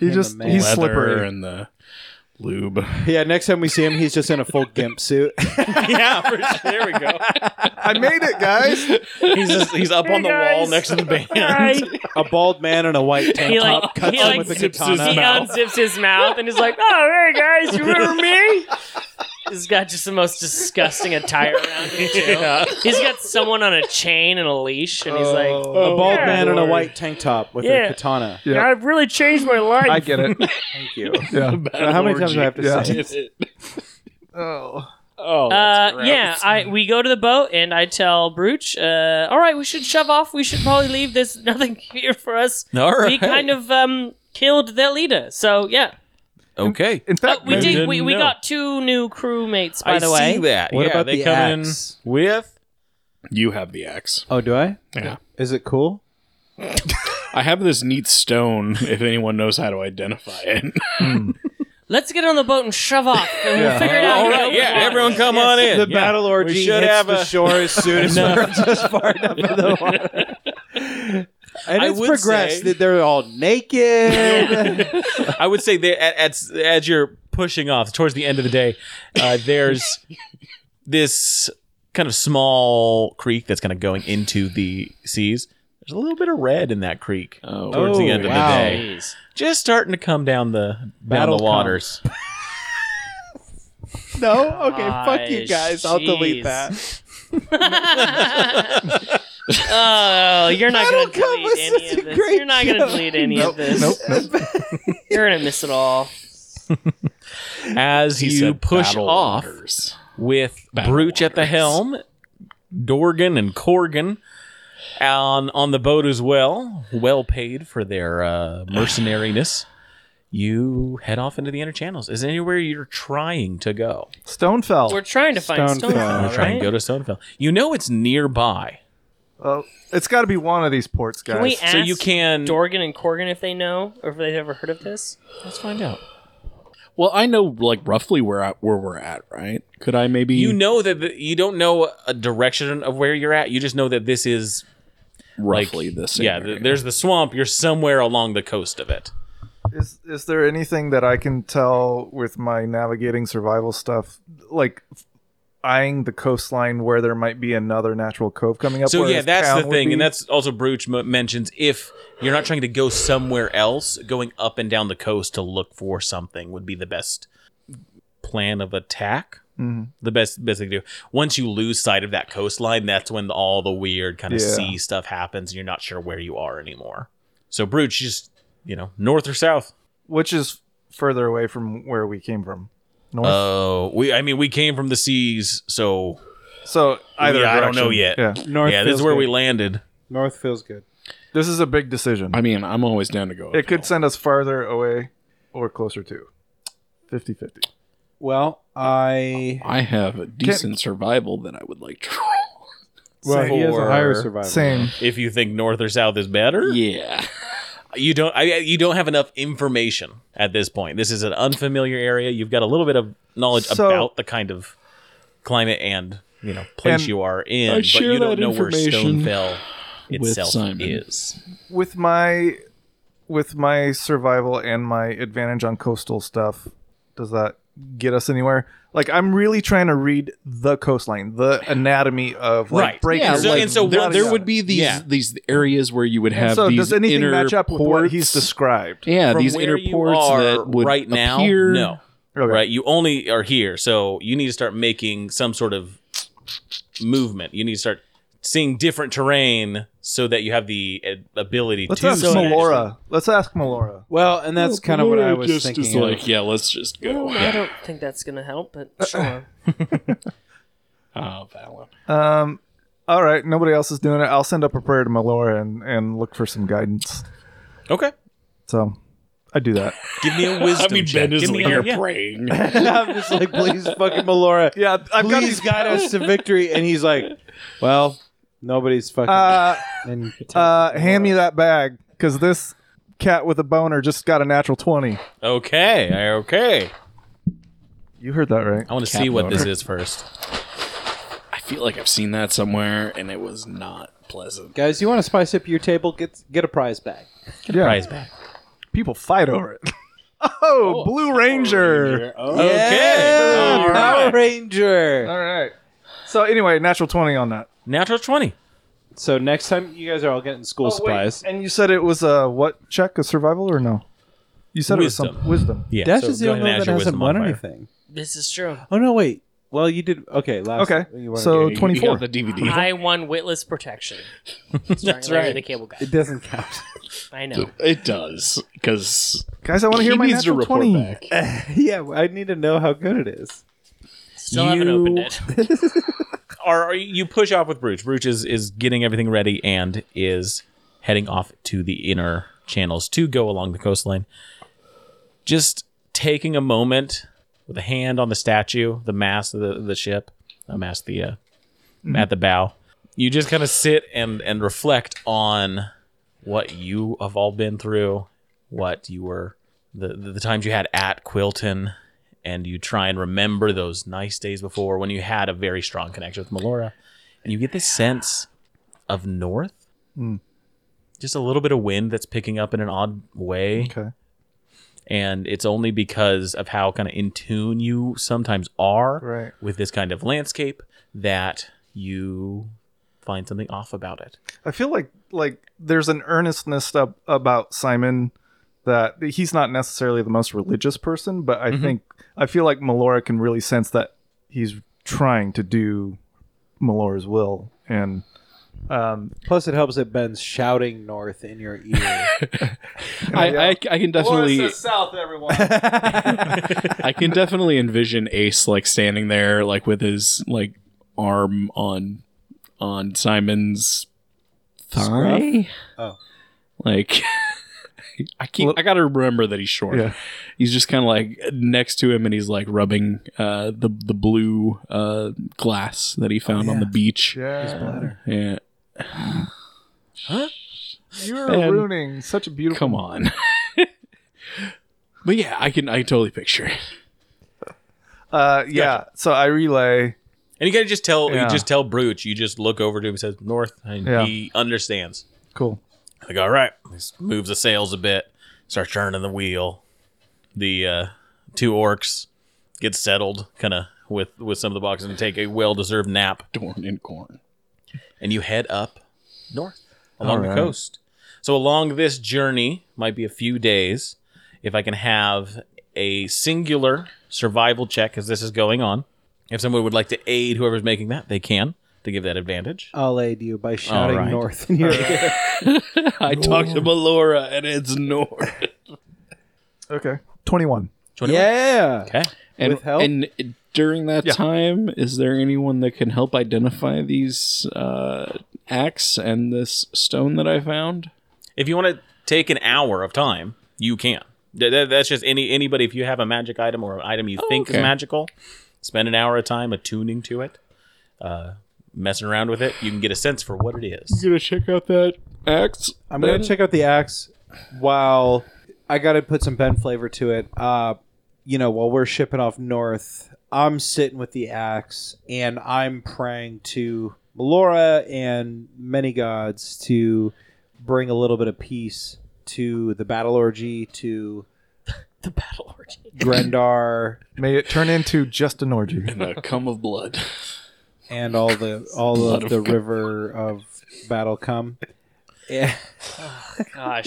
And
just
the
he's
leather
slippery.
and the lube.
Yeah, next time we see him, he's just in a full gimp suit.
yeah, for sure. there we go.
I made it, guys.
He's just, he's up on the wall
guys.
next to the band.
a bald man in a white tank
He
top
like
cuts
he
him
like
with a
zips his,
katana.
he unzips his mouth and is like, "Oh, hey guys, you remember me?" He's got just the most disgusting attire around him too.
Yeah.
He's got someone on a chain and a leash, and he's
Oh.
like,
a bald
yeah.
man in a white tank top with
Yeah.
a katana.
Yeah.
I've really changed my life.
I get it.
Thank you.
Yeah.
how many times do I have to
Yeah.
say?
Oh.
Oh, that's
Uh,
gross.
yeah, I we go to the boat and I tell Brooch, uh, all right, we should shove off. We should probably leave. There's nothing here for us.
All right.
We kind of um killed their leader, so yeah. Uh,
okay.
In fact,
We
didn't
did. We, we
know.
got two new crewmates, by
I
the way.
see that.
What
yeah,
about
they
the
come
axe?
in with
You have the axe.
Oh, do I?
Yeah.
Is it cool?
I have this neat stone. If anyone knows how to identify it,
Let's get on the boat and shove off, and we'll figure it out.
All
you know?
right, yeah, everyone come on in.
The
Yeah.
battle orgy
We
hits
should have
the
a-
shore as soon as we're just far enough in the water. And
I
it's
would
progressed.
say-
They're all naked.
I would say that at, at, as you're pushing off towards the end of the day, uh, there's this kind of small creek that's kind of going into the seas. There's a little bit of red in that creek
Oh.
towards the end of
wow.
the day. Just starting to come down the battle
Battle
down the waters.
no? Okay, fuck you
Gosh,
guys. I'll delete
jeez.
that.
Oh, you're not
Battle
going to
Cup was
delete any
such
of
a
this.
great
You're not going to
joke.
delete any of this.
nope, nope.
You're going to miss it all.
As you push
battle
off
orders.
with Brooch at the helm, Dorgan and Corgan on on the boat as well, well paid for their uh, mercenariness. You head off into the inner channels. Is anywhere you're trying to go?
Stonefell.
We're trying to find
Stonefell.
Stonefell,
We're
right?
Try and go to Stonefell. You know it's nearby.
Uh, it's got to be one of these ports, guys.
Can we ask
So you can-
Dorgan and Corgan if they know or if they've ever heard of this?
Let's find out.
Well, I know like roughly where I, where we're at, right? Could I maybe
You know that the, you don't know a direction of where you're at. You just know that this is like
roughly this?
Yeah,
area?
th- there's the swamp. You're somewhere along the coast of it.
Is is there anything that I can tell with my navigating survival stuff, like f- eyeing the coastline where there might be another natural cove coming up?
So
where
yeah,
this
that's
town
the
would
thing, and
be?
that's also Brooch m- mentions if you're not trying to go somewhere else, going up and down the coast to look for something would be the best plan of attack. Mm-hmm. The best best thing to do. Once you lose sight of that coastline, that's when all the weird kind of
Yeah.
sea stuff happens, and you're not sure where you are anymore. So Brooch just you know north or south.
which is further away from where we came from. North.
Oh, we I mean we came from the seas, so
so either
yeah, I don't
direction.
know yet.
Yeah,
North
yeah, this
feels
is where
good.
we landed.
North feels good.
this is a big decision.
I mean, I'm always down to go.
it could send us farther away or closer to 50-50.
Well, I
I have a decent survival that I would like to roll.
well he has a higher
Or-
survival.
Same.
If you think north or south is better,
Yeah.
you don't I, you don't have enough information at this point this is an unfamiliar area you've got a little bit of knowledge
So-
about the kind of climate and you know place
And
you are in
I
but
share
you don't
that
know where
information
stonefell itself
Simon.
is
with my with my survival and my advantage on coastal stuff does that get us anywhere like i'm really trying to read the coastline the anatomy of like
Right.
break
Yeah,
your
so-
leg
and so
there,
what-
there would be these
Yeah.
these areas where you would have
so
these
does anything
inner
match up with
ports.
what he's described
yeah,
From
these
where
inner
you
ports
are
that would
right now
appear.
no
Okay.
right you only are here so you need to start making some sort of movement you need to start seeing different terrain so that you have the uh, ability
let's
to
ask
see it.
Melora let's ask Melora
Well, and that's kind of what I was
just
thinking.
is
of.
like, yeah, let's just go.
I don't think that's gonna help, but sure.
Oh, Valen.
um all right nobody else is doing it i'll send up a prayer to Melora and and look for some guidance
okay
so i do that
give me a wisdom
I mean,
check.
Ben is
Give me a-
here
yeah.
praying.
I'm just like, please, fucking Melora,
yeah i've got
please
these
guide us to victory. And he's like, well, nobody's fucking.
uh
and
Uh, hand me that bag, because this cat with a boner just got a natural 20.
okay okay
You heard that right.
I want to
Cat
see what this
boner.
is first.
I feel like I've seen that somewhere, and it was not pleasant.
guys, you want to spice up your table? Get get a prize bag.
Yeah.
Prize bag.
People fight over it. oh, Blue Ranger.
Okay. All
Power
right.
Ranger.
All right. So, anyway, natural 20 on that.
Natural 20.
So next time you guys are all getting school supplies.
Oh, And you said it was a what check? A survival or no? You said it was some wisdom.
Yeah.
Dash
so
is the
go ahead
only one
and add
that
your
hasn't
wisdom
won
modifier.
anything.
this is true.
Oh no, wait. Well, you did. Okay, last.
Okay.
you wanted
So,
to-
You- You
24.
got the DVD.
I won witless protection. That's
right.
The cable guy.
it doesn't count.
I know.
It does because
Guys, I want to hear
he
my
needs to
natural
report
20.
back.
yeah, I need to know how good it is.
Still haven't opened it.
Or or you push off with Brooch. Brooch is, is getting everything ready and is heading off to the inner channels to go along the coastline. Just taking a moment with a hand on the statue, the mast of the, the ship, the mast, the, uh, at the bow. You just kind of sit and, and reflect on what you have all been through, what you were, the, the, the times you had at Quilton, and you try and remember those nice days before when you had a very strong connection with Melora. And you get this sense of north.
Hmm.
Just a little bit of wind that's picking up in an odd way.
Okay.
And it's only because of how kind of in tune you sometimes are
Right.
with this kind of landscape that you find something off about it.
I feel like like there's an earnestness ab- about Simon that he's not necessarily the most religious person, but I think I feel like Melora can really sense that he's trying to do Melora's will, and
Plus, it helps that Ben's shouting north in your ear.
I, I, I can definitely
south, everyone.
I can definitely envision Ace like standing there like with his like arm on on Simon's thigh.
Oh.
Like I keep I gotta remember that he's short.
Yeah.
He's just kinda like next to him and he's like rubbing uh the the blue uh glass that he found on the beach.
yeah.
Yeah.
You're
Ben.
ruining such a beautiful.
Come on. but yeah, I can I can totally picture it.
Uh, yeah. So I relay.
And you gotta just tell
Yeah.
you just tell Brooch. You just look over to him and says north, and
Yeah.
he understands.
Cool.
Like, all right, this moves the sails a bit, starts turning the wheel. The uh, two orcs get settled, kind of with with some of the boxes, and take a well deserved nap.
Dorn and corn.
and you head up north along the
Alright.
coast. So along this journey might be a few days if I can have a singular survival check as this is going on. If someone would like to aid whoever's making that, they can to give that advantage.
I'll aid you by shouting
All right.
north in
Uh,
your ear.
I talked to Melora and it's Norn.
Okay. Twenty-one.
21?
Yeah.
Okay.
And,
With help?
and during that time, is there anyone that can help identify these uh, axe and this stone that I found?
If you want to take an hour of time, you can. Th- th- that's just any anybody. If you have a magic item or an item you think
okay.
is magical, spend an hour of time attuning to it, uh, messing around with it. You can get a sense for what it is.
gonna check out that axe.
I'm gonna check out the axe. While I gotta put some Ben flavor to it. Uh, you know, while we're shipping off north, I'm sitting with the axe and I'm praying to Melora and many gods to bring a little bit of peace to the battle orgy, to
The battle orgy.
Grendar,
May it turn into just an orgy.
a cum of blood.
and all the all
Blood
of
of
the
God.
river of battle come. Yeah,
Gosh.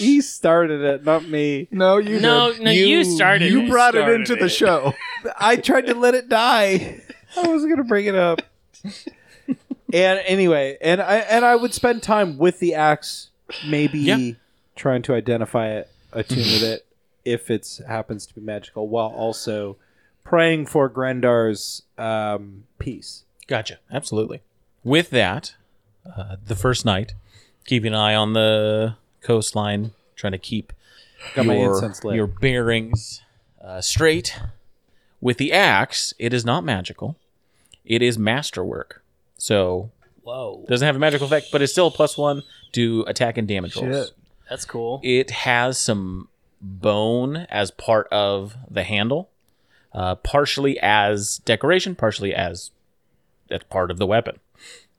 he started it, not me.
No, you.
no,
did.
no, you, started.
You
it.
brought it into the show.
I tried to let it die. I was gonna bring it up. and anyway, and I and I would spend time with the axe, maybe
Yeah.
trying to identify it, attune with it, if it happens to be magical, while also praying for Grendar's um, peace.
Gotcha. Absolutely. With that, uh, the first night, keeping an eye on the coastline, trying to keep
Got my
your,
incense lit.
your bearings uh, straight. With the axe, it is not magical. It is masterwork. So
Whoa,
doesn't have a magical effect, but it's still a plus one to attack and damage rolls.
that's cool.
It has some bone as part of the handle, uh, partially as decoration, partially as that's part of the weapon,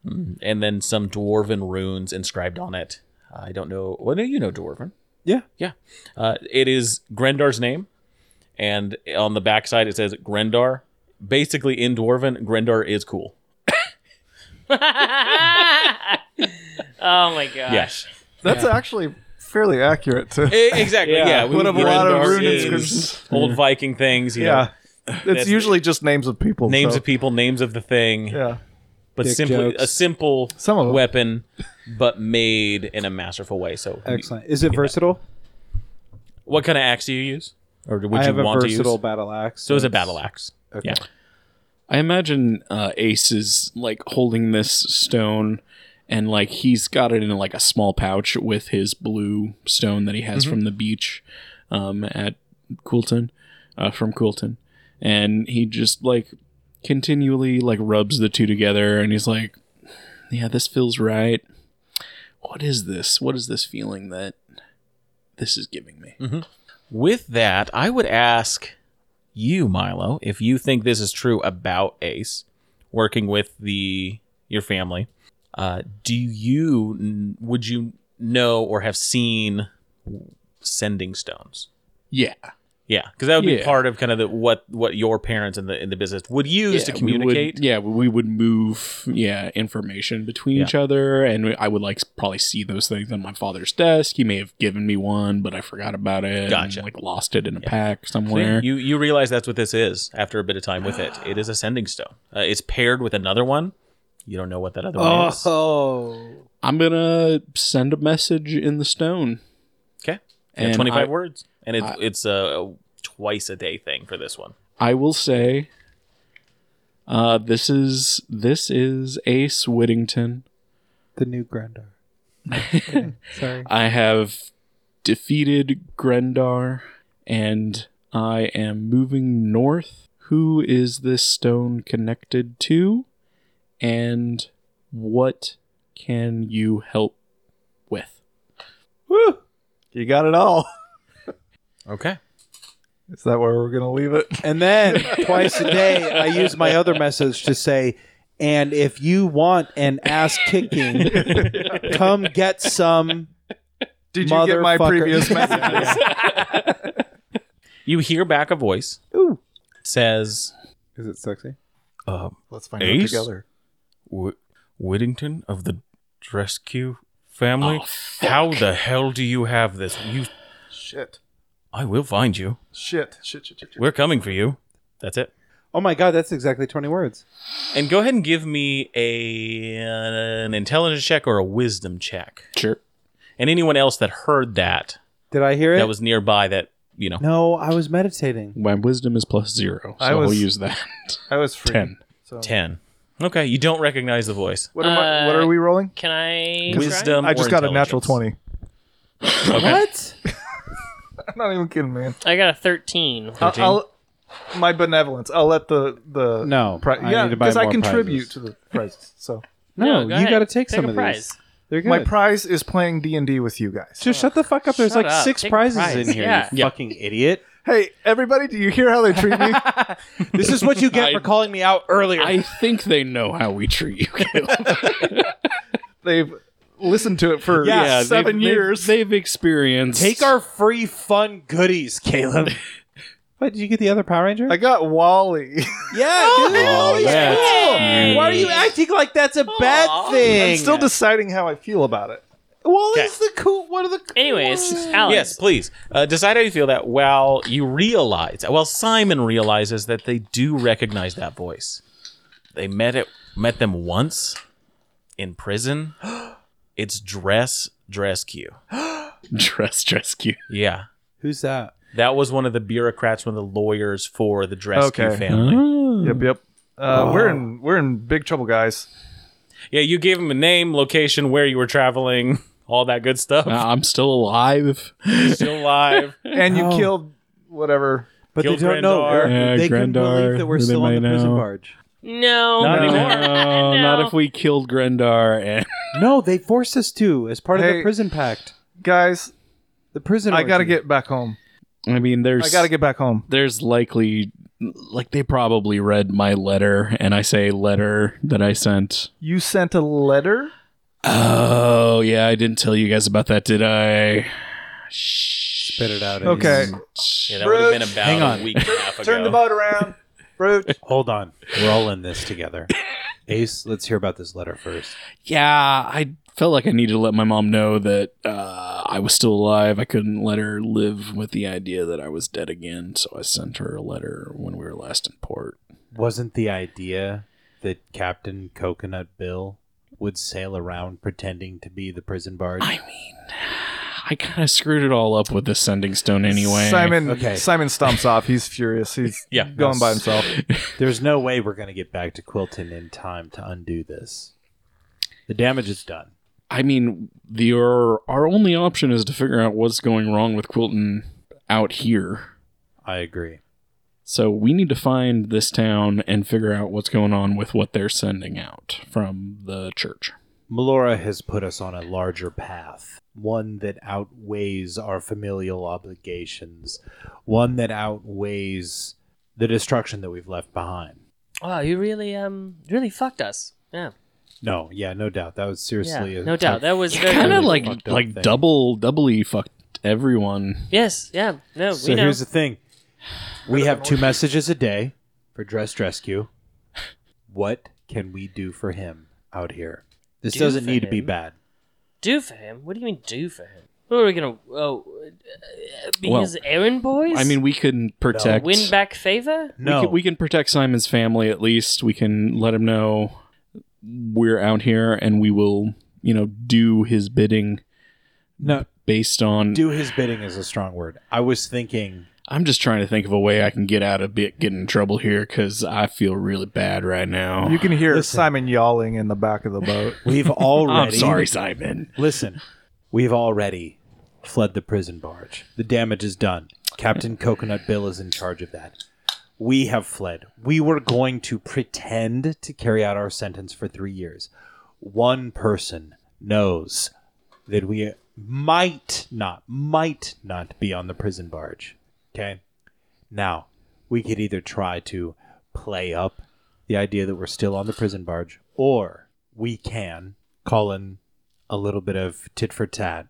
Mm, and then some dwarven runes inscribed on it. I don't know. Well, no, you know dwarven.
Yeah.
yeah. Uh, it is Grendar's name, and on the backside it says Grendar. Basically, in dwarven, Grendar is cool.
Oh my gosh.
Yes,
That's actually fairly accurate to
exactly. Yeah, we
what a lot of
Grendar
rune
is
inscriptions.
Old Viking things. You know,
Yeah. It's
That's-
usually just names of people.
names
so-
of people, names of the thing.
Yeah.
but
Dick
simply
jokes.
a simple
Some of 'em.
weapon, but made in a masterful way. So,
Excellent. Is it versatile?
what kind of axe do you use, or would
I
you
have a
want
versatile
to use?
battle axe.
So, it's a
it's-
battle axe.
Okay.
Yeah,
I imagine uh, Ace is like holding this stone, and like he's got it in like a small pouch with his blue stone that he has from the beach um, at Coolton, uh, from Coolton, and he just like continually like rubs the two together, and he's like, "Yeah, this feels right. What is this? What is this feeling that this is giving me?"
With that, I would ask you, Milo, if you think this is true about Ace working with the your family. Uh, do you would you know or have seen sending stones?
Yeah,
Yeah, because that would be
Yeah.
part of kind of the, what what your parents in the in the business would use to
Yeah,
communicate.
We would, yeah, we would move yeah information between
Yeah.
each other, and we- I would like probably see those things on my father's desk. He may have given me one, but I forgot about it. and,
Gotcha.
like lost it in a pack
So, yeah,
somewhere.
You you realize that's what this is after a bit of time with it. It is a sending stone. Uh, it's paired with another one. You don't know what that other one is.
Oh.
I'm gonna send a message in the stone.
Okay,
And
and twenty five
I-
words, and it's it's a twice a day thing for this one.
I will say, uh, this is this is Ace Whittington.
The new Grendar. Sorry.
I have defeated Grendar and I am moving north. Who is this stone connected to? And what can you help with?
Woo! You got it all.
Okay.
Is that where we're gonna leave it?
And then twice a day, I use my other message to say, and if you want an ass kicking, come get some.
Did you get my
Motherfucker.
previous message?
You hear back a voice.
Ooh.
It says
Is it sexy?
um,
Let's find
Ace?
out together.
Wh- Whittington of the Dreskew family. How the hell do you have this? You,
Shit.
I will find you.
Shit. Shit. Shit. Shit. shit.
We're coming for you. That's it.
Oh my god, that's exactly twenty words.
And go ahead and give me a an intelligence check or a wisdom check.
Sure.
And anyone else that heard that
Did I hear it?
that was nearby that you know.
no, I was meditating.
My wisdom is plus zero, so
I
I will
was-
use that.
I was free.
Ten.
So.
10. Okay, you don't recognize the voice.
What, am I, what
Uh,
are we rolling?
Can I? try?
Wisdom.
I just
or
got a natural
intelligence.
20.
What?
I'm not even kidding, man.
I got a thirteen.
I'll, I'll- my benevolence. I'll let the the
No,
pri-
I
yeah,
need to buy
because I
more
contribute
prizes.
to the prizes. So
No,
go
Oh, you
ahead.
got to take, some
a
of
prize.
these. They're good.
my prize is playing D and D with you guys.
Just shut the fuck up. There's
Shut
like
up.
six
Take the
prizes
prize.
in here.
Yeah.
You
Yeah.
fucking idiot.
Hey, everybody! Do you hear how they treat me?
This is what you get for calling me out earlier.
I think they know how we treat you. Caleb.
They've listened to it for
Yeah,
they've-
7
they've-
years.
They've, experienced.
Take our free fun goodies, Caleb. What did you get the other Power Ranger?
I got Wally.
yeah, dude.
that's
Why are you acting like that's a bad thing?
I'm still deciding how I feel about it.
Wally's the cool one of the.
Anyways, Alex.
Yes, please. Uh, decide how you feel that while you realize, while Simon realizes that they do recognize that voice. They met it, met them once in prison. It's dress, dress Q.
dress rescue.
Yeah,
Who's that?
that was one of the bureaucrats, one of the lawyers for the dress Q
Okay.
family.
Yep, yep. Uh, we're in we're in big trouble, guys.
Yeah, you gave him a name, location, where you were traveling, all that good stuff.
Uh, I'm still alive.
Still alive.
And you
Oh.
killed whatever.
But
Killed
they don't know.
Grandar.
Yeah,
they
Grandar,
can believe that we're
they
still on the
may
prison
know.
barge.
No.
Not
No,
anymore.
no, not if we killed Grendar. And
No, they forced us to as part of the
Hey.
prison pact.
Guys,
The prison.
I gotta
orgy.
get back home.
I mean, there's
I gotta get back home.
there's likely like they probably read my letter, and I say letter that I sent.
You sent a letter?
Oh yeah, I didn't tell you guys about that, did I?
spit it out.
Okay.
Ace.
Yeah, that would have been about
Hang on.
a week and a half ago.
around. Brute.
Hold on. We're all in this together. Ace, let's hear about this letter first.
yeah, I felt like I needed to let my mom know that uh, I was still alive. I couldn't let her live with the idea that I was dead again, so I sent her a letter when we were last in port.
Wasn't the idea that Captain Coconut Bill would sail around pretending to be the prison barge?
I mean, I kind of screwed it all up with the sending stone anyway.
Simon
Okay.
Simon stomps off. He's furious. He's
Yeah.
going by himself.
There's no way we're going to get back to Quilton in time to undo this. The damage is done.
I mean, the our, our only option is to figure out what's going wrong with Quilton out here.
I agree.
So we need to find this town and figure out what's going on with what they're sending out from the church.
Melora has put us on a larger path, one that outweighs our familial obligations, one that outweighs the destruction that we've left behind.
Wow, you really um really fucked us. Yeah.
No, yeah, no doubt. That was seriously
yeah.
a
No doubt.
tough-
That was very
Kind of
really
like
fucked up
like
thing.
double doubly fucked everyone.
Yes. Yeah. No.
So
we know.
here's the thing: we have two messages a day for dress rescue. What can we do for him out here? This
Do
doesn't
for
need to be
him?
bad.
do for him? What do you mean do for him? What are we gonna? Oh, uh, be
Well,
his errand boys?
I mean, we can protect
win back favor.
No,
we, can, we can protect Simon's family at least. We can let him know we're out here and we will, you know, do his bidding
no.
based on
Do his bidding is a strong word. I was thinking
I'm just trying to think of a way I can get out of bit getting in trouble here cuz I feel really bad right now.
You can hear Simon yawling in the back of the boat.
we've already.
I'm sorry, Simon.
Listen, we've already fled the prison barge. The damage is done. Captain Coconut Bill is in charge of that. We have fled. We were going to pretend to carry out our sentence for three years. One person knows that we might not, might not be on the prison barge. Okay. Now, we could either try to play up the idea that we're still on the prison barge, or we can call in a little bit of tit for tat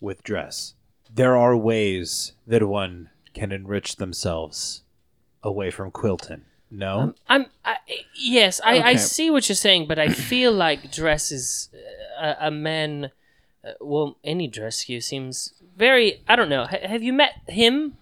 with dress. There are ways that one can enrich themselves away from Quilton. No?
I'm I, yes, I, I
Okay.
see what you're saying, but I feel like dress is uh, a, a man. Uh, well, any dress you seems very. I don't know. Ha have you met him?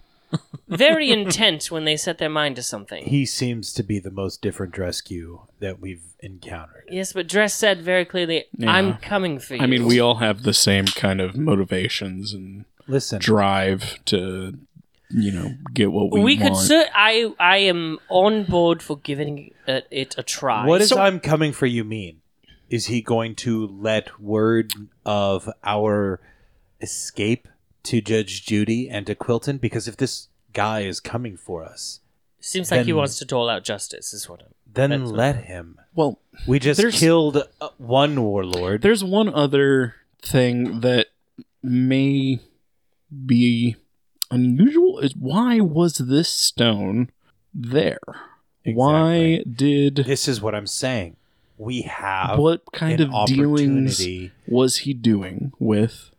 very intent when they set their mind to something.
he seems to be the most different rescue that we've encountered.
Yes, but dress said very clearly,
Yeah.
"I'm coming for you."
I mean, we all have the same kind of motivations and
Listen,
drive to, you know, get what we,
we, could.
want.
Cer- I I am on board for giving uh, it a try.
what does
So-
I'm coming for you mean? Is he going to let word of our escape to Judge Judy and to Quilton? Because if this guy is coming for us,
Seems like he
then-
wants to dole out justice. Is what I'm.
then
That's what-
let him.
well,
We just
There's-
killed uh, one warlord.
There's one other thing that may be unusual is why was this stone there? Why did
this is what I'm saying. We have
what kind
an
of dealings
opportunity.
was he doing with?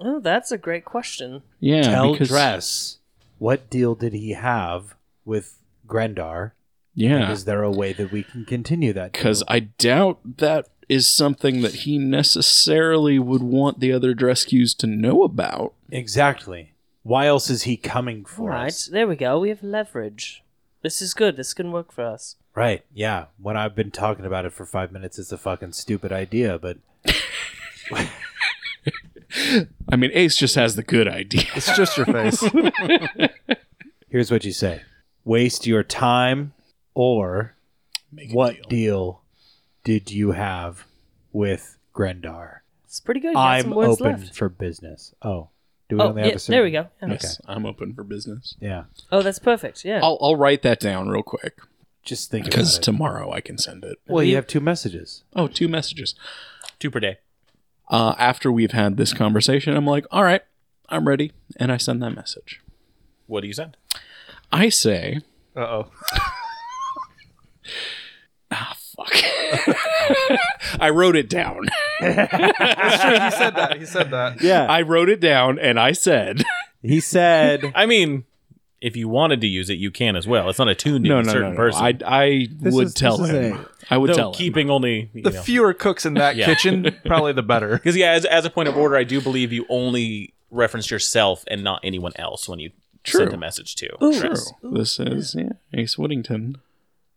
Oh, that's a great question.
Yeah,
Tell
because
Dress what deal did he have with Grendar
yeah,
Is there a way that we can continue that?
because I doubt that is something that he necessarily would want the other rescues to know about.
exactly. Why else is he coming
All
for
right,
us?
there we go. We have leverage. This is good. This can work for us.
Right. Yeah. When I've been talking about it for five minutes, it's a fucking stupid idea. But
I mean, Ace just has the good idea.
It's just your face.
here's what you say: waste your time, or what deal. did you have with Grendar?
It's pretty good. You got
I'm
some words
open
left.
for business. Oh, do we
Oh,
only
yeah,
have a certain?
there we go. Yeah.
Yes, I'm open for business.
Yeah.
Oh, that's perfect. Yeah.
I'll, I'll write that down real quick
Just think about
because
it.
tomorrow I can send it.
well, you have two messages.
Oh, two messages.
Two per day.
Uh, after we've had this conversation, I'm like, all right, I'm ready. And I send that message.
What do you send?
I say,
Uh oh.
ah, fuck. I wrote it down.
He said that. He said that.
Yeah.
I wrote it down and I said,
He said.
I mean, if you wanted to use it, you can as well. It's not attuned to
no,
a
no,
certain
no, no.
person.
I, I would
is-
tell
this is
him. I would
Though
tell him.
keeping only you
The
know.
fewer cooks in that
Yeah.
kitchen, probably the better.
Because yeah, as, as a point of order, I do believe you only referenced yourself and not anyone else when you
True.
sent a message to.
True. This is yeah, Ace Whittington.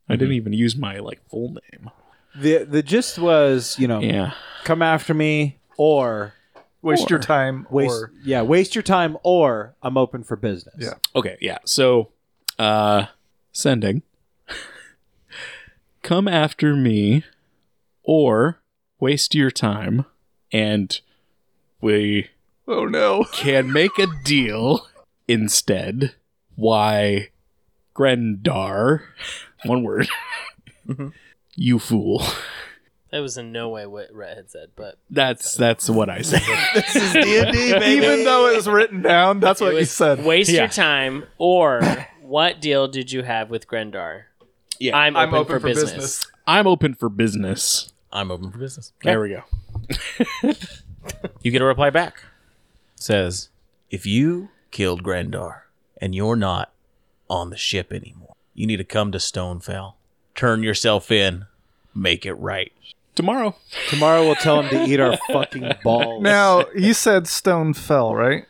I
Mm-hmm.
didn't even use my like full name.
the the gist was you know
Yeah.
come after me or
Waste your time.
waste
Or
yeah waste your time or I'm open for business.
Yeah.
Okay, yeah. So, uh sending come after me or waste your time and we
oh no.
can make a deal instead why Grendar one word
Mm-hmm.
you fool
that was in no way what Rhett had said, but
that's that's what I say
Even though it was written down, that's what you said.
waste
Yeah.
your time. Or what deal did you have with Grendar? Yeah, I'm open, for, business.
I'm open for business
I'm open for business.
there we go
You get a reply back. Says, if you killed Grandar and you're not on the ship anymore, you need to come to Stonefell. Turn yourself in. Make it right.
tomorrow
Tomorrow we'll tell him to eat our fucking balls.
Now you said stone fell, right?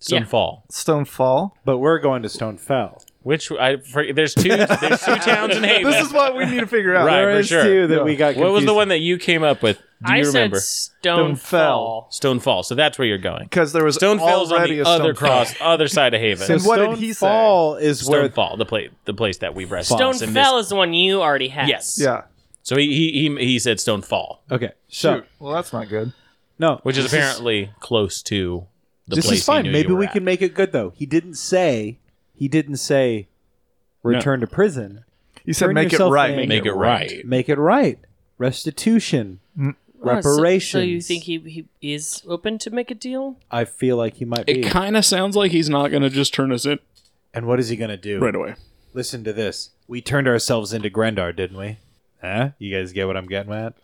Stonefall.
Stone fall.
but we're going to Stonefell.
Which I for, there's two there's two towns in Haven.
This is what we need to figure out.
Right. for
There is
sure.
two that we got.
what was
confused
the one that you came up with? Do
I
you remember?
said Stonefell.
Stonefell.
Stonefall. So that's where you're going.
Because there was
Stonefell's on
already
the
a stone
other
fell.
cross, other side of
with. So
Haven.
Since- what did he say?
Stonefall is where
Stonefall, the place, the place that we rest. in this-
Stonefell is the one you already had.
Yes.
Yeah.
So he he he, he said Stonefall,
okay. So
Shoot. Well, that's not good.
no,
which is
this
apparently close to the
this
place.
is fine.
He knew
Maybe
you were
we
at.
can make it good though. He didn't say. He didn't say. Return to prison.
You said
Turn
make it
yourself
right. Mm.
in.
make it right.
Make it right. Restitution.
Oh, so-
reparations.
So, you think he, he is open to make a deal?
I feel like he might be.
It kind of sounds like he's not going to just turn us in
and what is he gonna do?
right away.
Listen to this. We turned ourselves into Grendar, didn't we? Huh? You guys get what I'm getting at?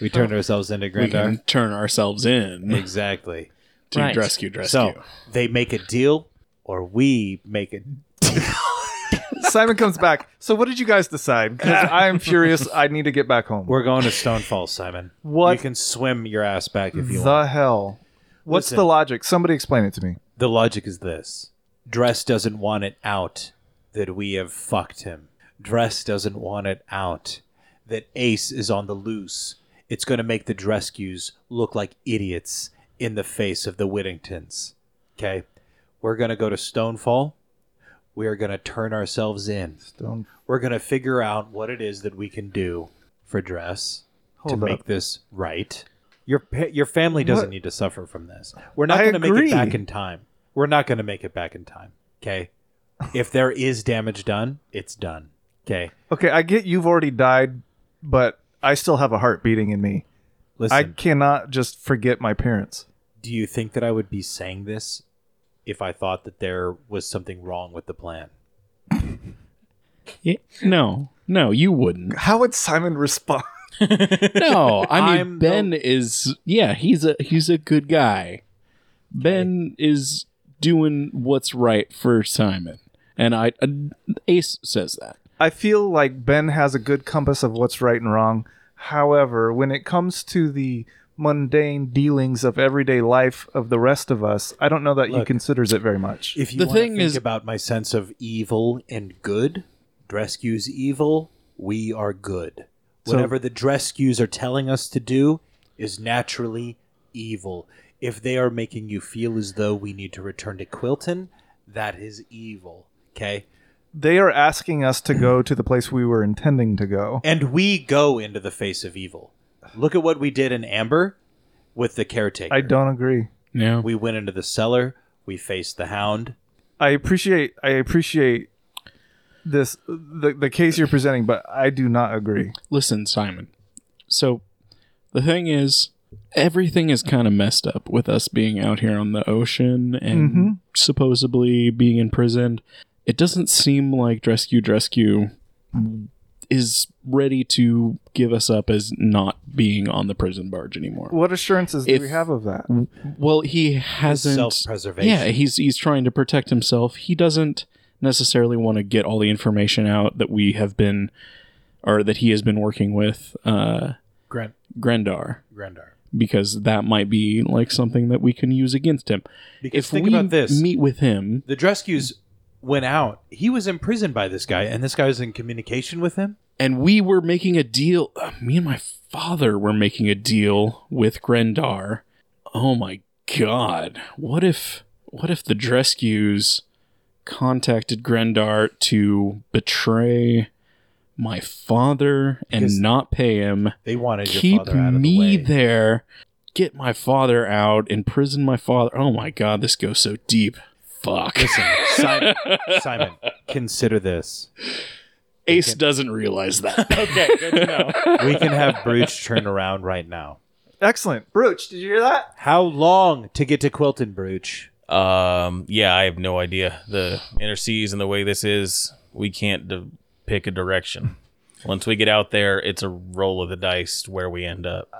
We
Oh.
turned ourselves into
We
Grendar.
can turn ourselves in
Exactly.
to
Right.
rescue, rescue.
So they make a deal, or we make a.
Simon comes back. So what did you guys decide? Because I am furious. I need to get back home.
We're going to Stonefall, Simon.
What?
You can swim your ass back if you
the
want.
hell? What's
Listen.
the logic? Somebody explain it to me.
The logic is this: Dress doesn't want it out that we have fucked him. Dress doesn't want it out that Ace is on the loose. It's going to make the Drescues look like idiots in the face of the Whittingtons. Okay, we're going to go to Stonefall. We are going to turn ourselves in.
Don't
we're gonna figure out what it is that we can do for dress
Hold
to
up.
make this right. Your pa- your family doesn't
What?
need to suffer from this. We're not
I
gonna make
agree.
it back in time. We're not gonna make it back in time. Okay. if there is damage done, it's done. Okay.
Okay, I get you've already died, but I still have a heart beating in me.
Listen,
I cannot just forget my parents.
do you think that I would be saying this if I thought that there was something wrong with the plan?
Yeah, no, no, you wouldn't.
How would Simon respond?
No, I mean
I'm the-
Ben is yeah, he's a he's a good guy. Ben is doing what's right for Simon. And I uh, Ace says that.
I feel like Ben has a good compass of what's right and wrong. However, when it comes to the mundane dealings of everyday life of the rest of us, I don't know that he
Look.
considers it very much.
If you
The
wanna
thing
think
is-
about my sense of evil and good, Drescu's evil, we are good.
So-
Whatever the Drescu's are telling us to do is naturally evil. If they are making you feel as though we need to return to Quilton, that is evil. Okay?
They are asking us to go to the place we were intending to go.
And we go into the face of evil. Look at what we did in Amber with the caretaker.
I don't agree.
Yeah.
We went into the cellar, we faced the hound.
I appreciate I appreciate this the the case you're presenting, but I do not agree.
Listen, Simon. So the thing is everything is kind of messed up with us being out here on the ocean and
Mhm.
supposedly being imprisoned. It doesn't seem like Drescu Drescu is ready to give us up as not being on the prison barge anymore.
What assurances
If-
do we have of that?
Well, he hasn't
self-preservation.
Yeah, he's he's trying to protect himself. He doesn't necessarily want to get all the information out that we have been or that he has been working with uh
Grant
Grendar
Grandar.
because that might be like something that we can use against him.
Because
if
think
we
about this.
meet with him,
the Drescues went out. He was imprisoned by this guy, and this guy was in communication with him.
and we were making a deal. uh, me and my father were making a deal with Grendar. Oh my god! What if what if the Drescues contacted Grendar to betray my father and
Because-
not pay him?
They wanted your
Keep
father out of the
me
way.
there. Get my father out. Imprison my father. Oh my god! This goes so deep. Fuck.
Listen, Simon, Simon, consider this.
Ace doesn't realize that.
Okay, good to know.
We can have Brooch turn around right now.
Excellent. Brooch, did you hear that?
How long to get to Quilton, Brooch?
Um, yeah, I have no idea. The inner seas and the way this is, we can't d- pick a direction. Once we get out there, it's a roll of the dice where we end up.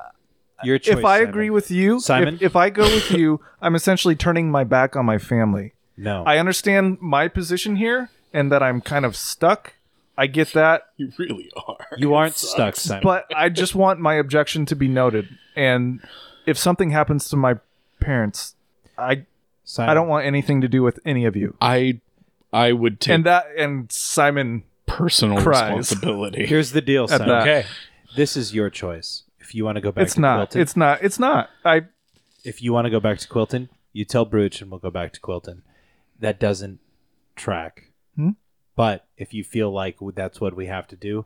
Your choice.
if I
Simon.
agree with you, if-
Simon?
If, I go with you, I'm essentially turning my back on my family.
no,
I understand my position here and that I'm kind of stuck. I get that,
you really are.
you aren't stuck, Simon.
but I just want my objection to be noted. And if something happens to my parents, I
Simon,
I don't want anything to do with any of you.
I I would take
And that and Simon,
personal
Cries.
responsibility.
Here's the deal, Simon.
that.
Okay.
This is your choice. If you want to go back,
it's
to
not.
Quilton,
It's not. It's not. I
if you want to go back to Quilton, you tell Brooch and we'll go back to Quilton. That doesn't track.
Hmm?
But if you feel like that's what we have to do,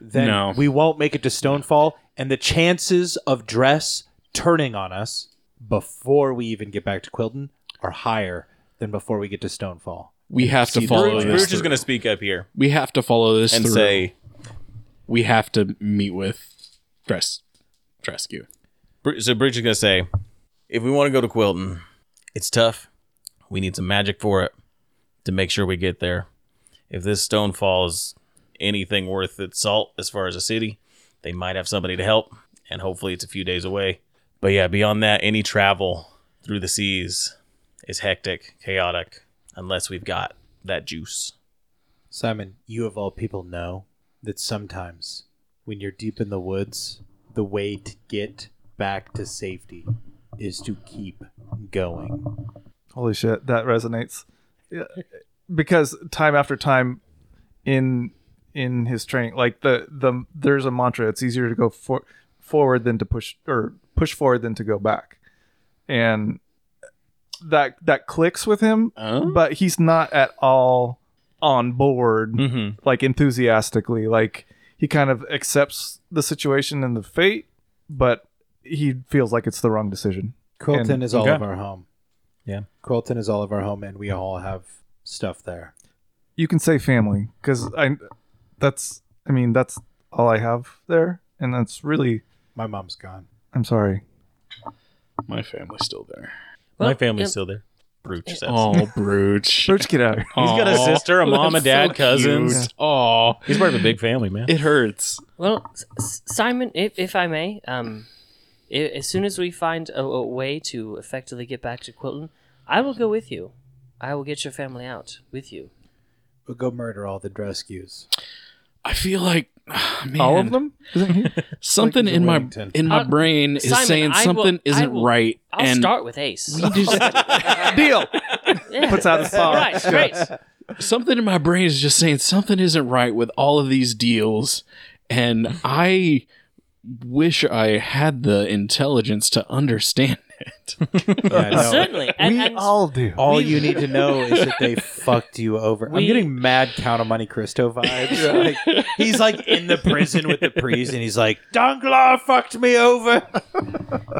then
No.
we won't make it to Stonefall, and the chances of Dress turning on us before we even get back to Quilton are higher than before we get to Stonefall.
we have to
See,
follow
Bruce,
this.
Bruce is
through.
going to speak up here
we have to follow this
and
through.
say,
we have to meet with Dress. Trescu.
Bru- So Breach is gonna say, if we want to go to Quilton, it's tough. We need some magic for it to make sure we get there. If this stone falls anything worth its salt as far as a city, they might have somebody to help, and hopefully it's a few days away. But yeah, beyond that, any travel through the seas is hectic, chaotic, unless we've got that juice.
Simon, you of all people know that sometimes when you're deep in the woods, the way to get back to safety is to keep going.
Holy shit, that resonates. Yeah, Because time after time in in his training, like the the there's a mantra, it's easier to go for, forward than to push or push forward than to go back. And that that clicks with him, but he's not at all on board
Mm-hmm.
like enthusiastically. Like he kind of accepts the situation and the fate, but he feels like it's the wrong decision.
Quilton
And-
is all of
okay.
our home.
Yeah.
Quilton is all of our home, and we all have stuff there.
you can say family because I that's I mean that's all I have there, and that's really
My mom's gone.
I'm sorry.
My family's still there.
My
Well,
family's
and-
still there. Brooch says.
Oh, Brooch.
Birch, get out.
He's got a sister, a mom, a dad, cousins.
Oh,
He's part of a big family, man.
it hurts.
Well, S- S- Simon, if, if I may, um, i as soon as we find a, a way to effectively get back to Quilton, I will go with you. I will get your family out with you.
We'll go murder all the rescues.
I feel like man,
All of them? Isn't he?
Something
he's a
in my
Wellington.
in my
Uh,
brain is
Simon,
saying
I will-
something
I
isn't
will-
right.
I'll
and
start with Ace.
we just-
Deal.
Yeah.
Puts out his phone.
Right, great.
something in my brain is just saying something isn't right with all of these deals, and I wish I had the intelligence to understand it.
Yeah, no.
Certainly. And,
we
and
all do.
All you need to know is that they fucked you over. I'm
We-
getting mad Count of Monte Cristo vibes. Like, he's like in the prison with the priest, and he's like, "Danglar fucked me over."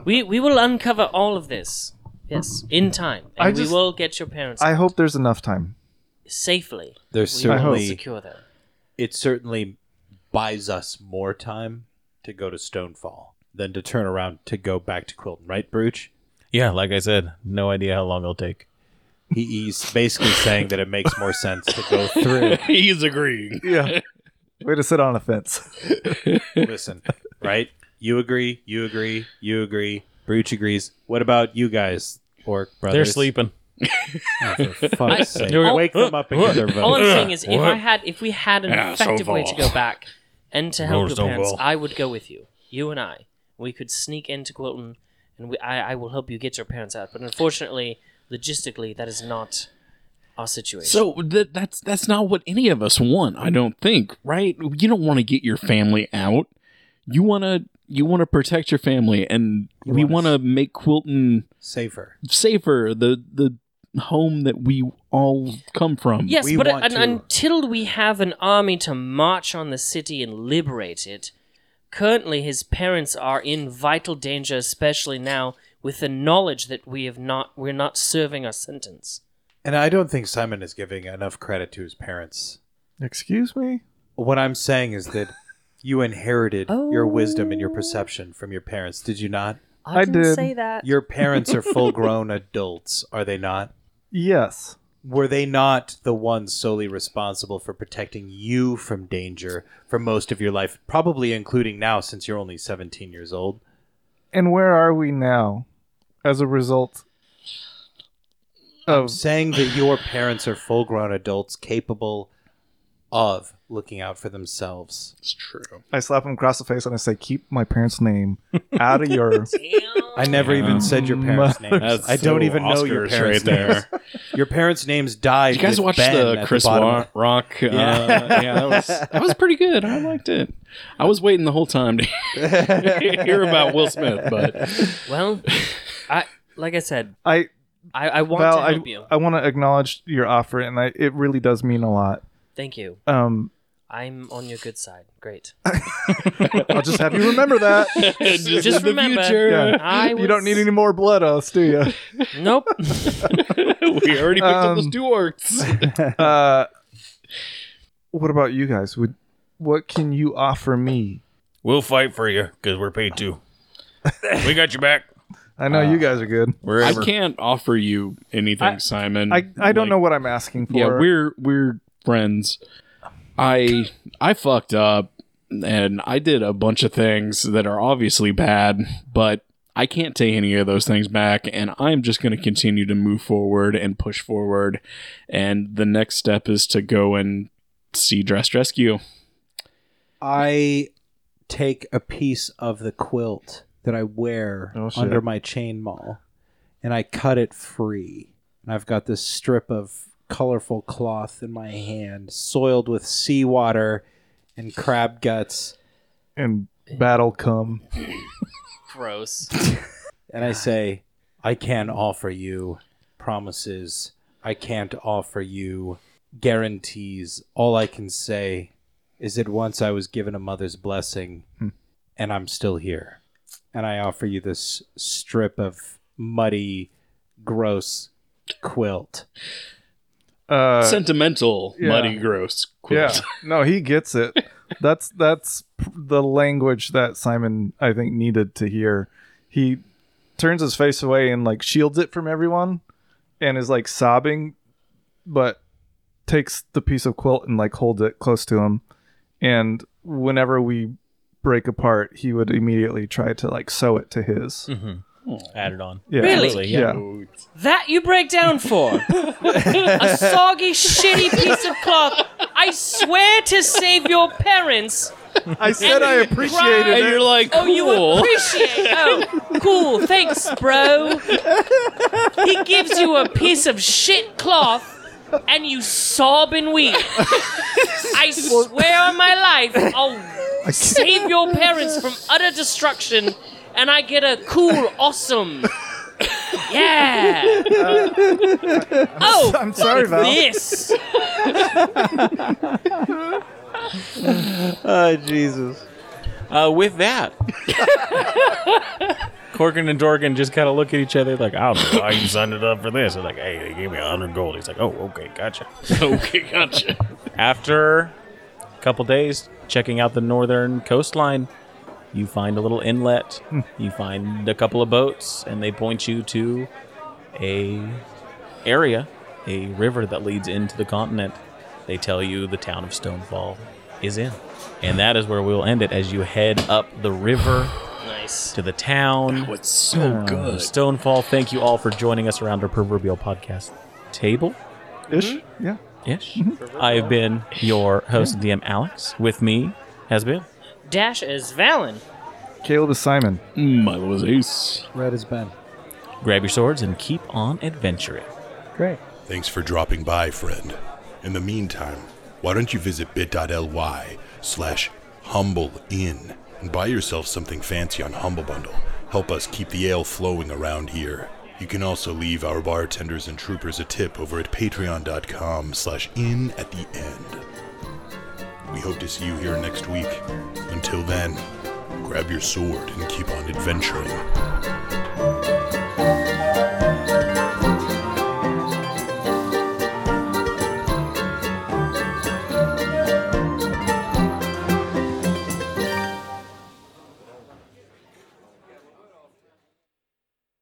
we, we will uncover all of this. Yes, in time. And
I just-
we will get your parents
I hope there's enough time.
safely.
There's
We will
certainly-
secure them.
It certainly buys us more time to go to Stonefall than to turn around to go back to Quilton, right, Brooch?
Yeah, like I said, no idea how long it'll take.
He, he's basically saying that it makes more sense to go through.
He's agreeing.
Yeah. Way to sit on a fence.
Listen, right? You agree? You agree? You agree? Brooch agrees. What about you guys, Orc brothers?
They're sleeping.
For fuck's sake.
Here we go.
Wake them up and get their
All I'm
vote.
saying is, if I had, if we had an
Yeah, so
effective way to
far.
go back and to help
Lord,
your
so
parents,
far.
I would go with you. You and I, we could sneak into Quilton, and we, I, I will help you get your parents out. But unfortunately, logistically, that is not our situation.
So that that's that's not what any of us want, I don't think, right? You don't want to get your family out. You want to you want to protect your family and we want
wanna-
to make Quilton
Safer.
safer, the the home that we all come from.
yes,
we
but
want
un-
to-
until we have an army to march on the city and liberate it, currently his parents are in vital danger, especially now with the knowledge that we have not, we're not serving our sentence.
And I don't think Simon is giving enough credit to his parents.
Excuse me?
What I'm saying is that you inherited your wisdom and your perception from your parents, did you not?
I, did.
Your parents are full grown adults, are they not?
Yes.
Were they not the ones solely responsible for protecting you from danger for most of your life, probably including now since you're only 17 years old?
And where are we now as a result of
saying that your parents are full grown adults capable of looking out for themselves.
It's true.
I slap him across the face and I say, "Keep my parents' name out of your."
I never even said your parents'
Mm-hmm.
names.
That's
I don't even know your
Oscars
parents'
right
names. Your parents' names died.
Did you guys
with
watch
Ben at
the Chris
bottom
Wa- Rock? Yeah, uh, yeah, that was that was pretty good. I liked it. I was waiting the whole time to hear about Will Smith, but
Well, I like I said,
I
I, I want
Val,
to
I,
help you.
I want to acknowledge your offer, and I, it really does mean a lot.
Thank you.
Um,
I'm on your good side. Great.
I'll just have you remember that.
just,
Just
in the
remember,
future,
Yeah.
I was,
you don't need any more blood oaths, do you?
Nope.
we already picked up those
Um,
two orcs.
Uh, what about you guys? Would what can you offer me?
We'll fight for you because we're paid to. we got your back.
I know
Uh,
you guys are good.
Wherever.
I can't offer you anything, Simon.
I, I don't
Like,
know what I'm asking for.
Yeah, we're we're friends. I I fucked up and I did a bunch of things that are obviously bad, but I can't take any of those things back and I'm just going to continue to move forward and push forward and the next step is to go and see Dress Rescue.
I take a piece of the quilt that I wear
Oh, shit.
under my chain maul and I cut it free. And I've got this strip of colorful cloth in my hand, soiled with seawater and crab guts.
and battle come.
Gross.
And I say, I can offer you promises. I can't offer you guarantees. All I can say is that once I was given a mother's blessing, and I'm still here. And I offer you this strip of muddy, gross quilt.
Uh,
Sentimental,
yeah.
muddy, gross
yeah,
quilt.
no, he gets it. That's that's p- the language that Simon I think needed to hear. He turns his face away and like shields it from everyone, and is like sobbing, but takes the piece of quilt and like holds it close to him. And whenever we break apart, he would immediately try to like sew it to his.
Added on.
Yeah.
Mm-hmm. Really?
Yeah.
That you break down for? a soggy, shitty piece of cloth. I swear to save your parents.
I said
And
I
you
appreciated
cried.
And
it.
you're like,
Oh, you
cool.
appreciate. Oh, cool. Thanks, bro. He gives you a piece of shit cloth and you sob and weep. I swear on my life, I'll save your parents from utter destruction and I get a cool, awesome. Yeah. oh,
Uh, I'm sorry, Val.
this.
Oh, Jesus.
Uh, with that, Corkin and Dorgan just kind of look at each other like, I don't know why you signed it up for this. They're like, hey, they gave me 100 gold. He's like, oh, okay, gotcha.
okay, gotcha.
After a couple days checking out the northern coastline, you find a little inlet, you find a couple of boats, and they point you to a area, a river that leads into the continent. They tell you the town of Stonefall is in. And that is where we will end it as you head up the river
Nice.
to the town.
What's so good?
Stonefall, thank you all for joining us around our proverbial podcast table.
Ish. Yeah.
Ish. I have been your host, DM Alex. With me has been.
Dash is Valen.
Caleb is Simon.
Milo is ace.
Red has been.
Grab your swords and keep on adventuring.
Great.
Thanks for dropping by, friend. In the meantime, why don't you visit bit.ly slash humble inn and buy yourself something fancy on Humble Bundle. Help us keep the ale flowing around here. You can also leave our bartenders and troopers a tip over at patreon.com slash in at the end. We hope to see you here next week. Until then, grab your sword and keep on adventuring.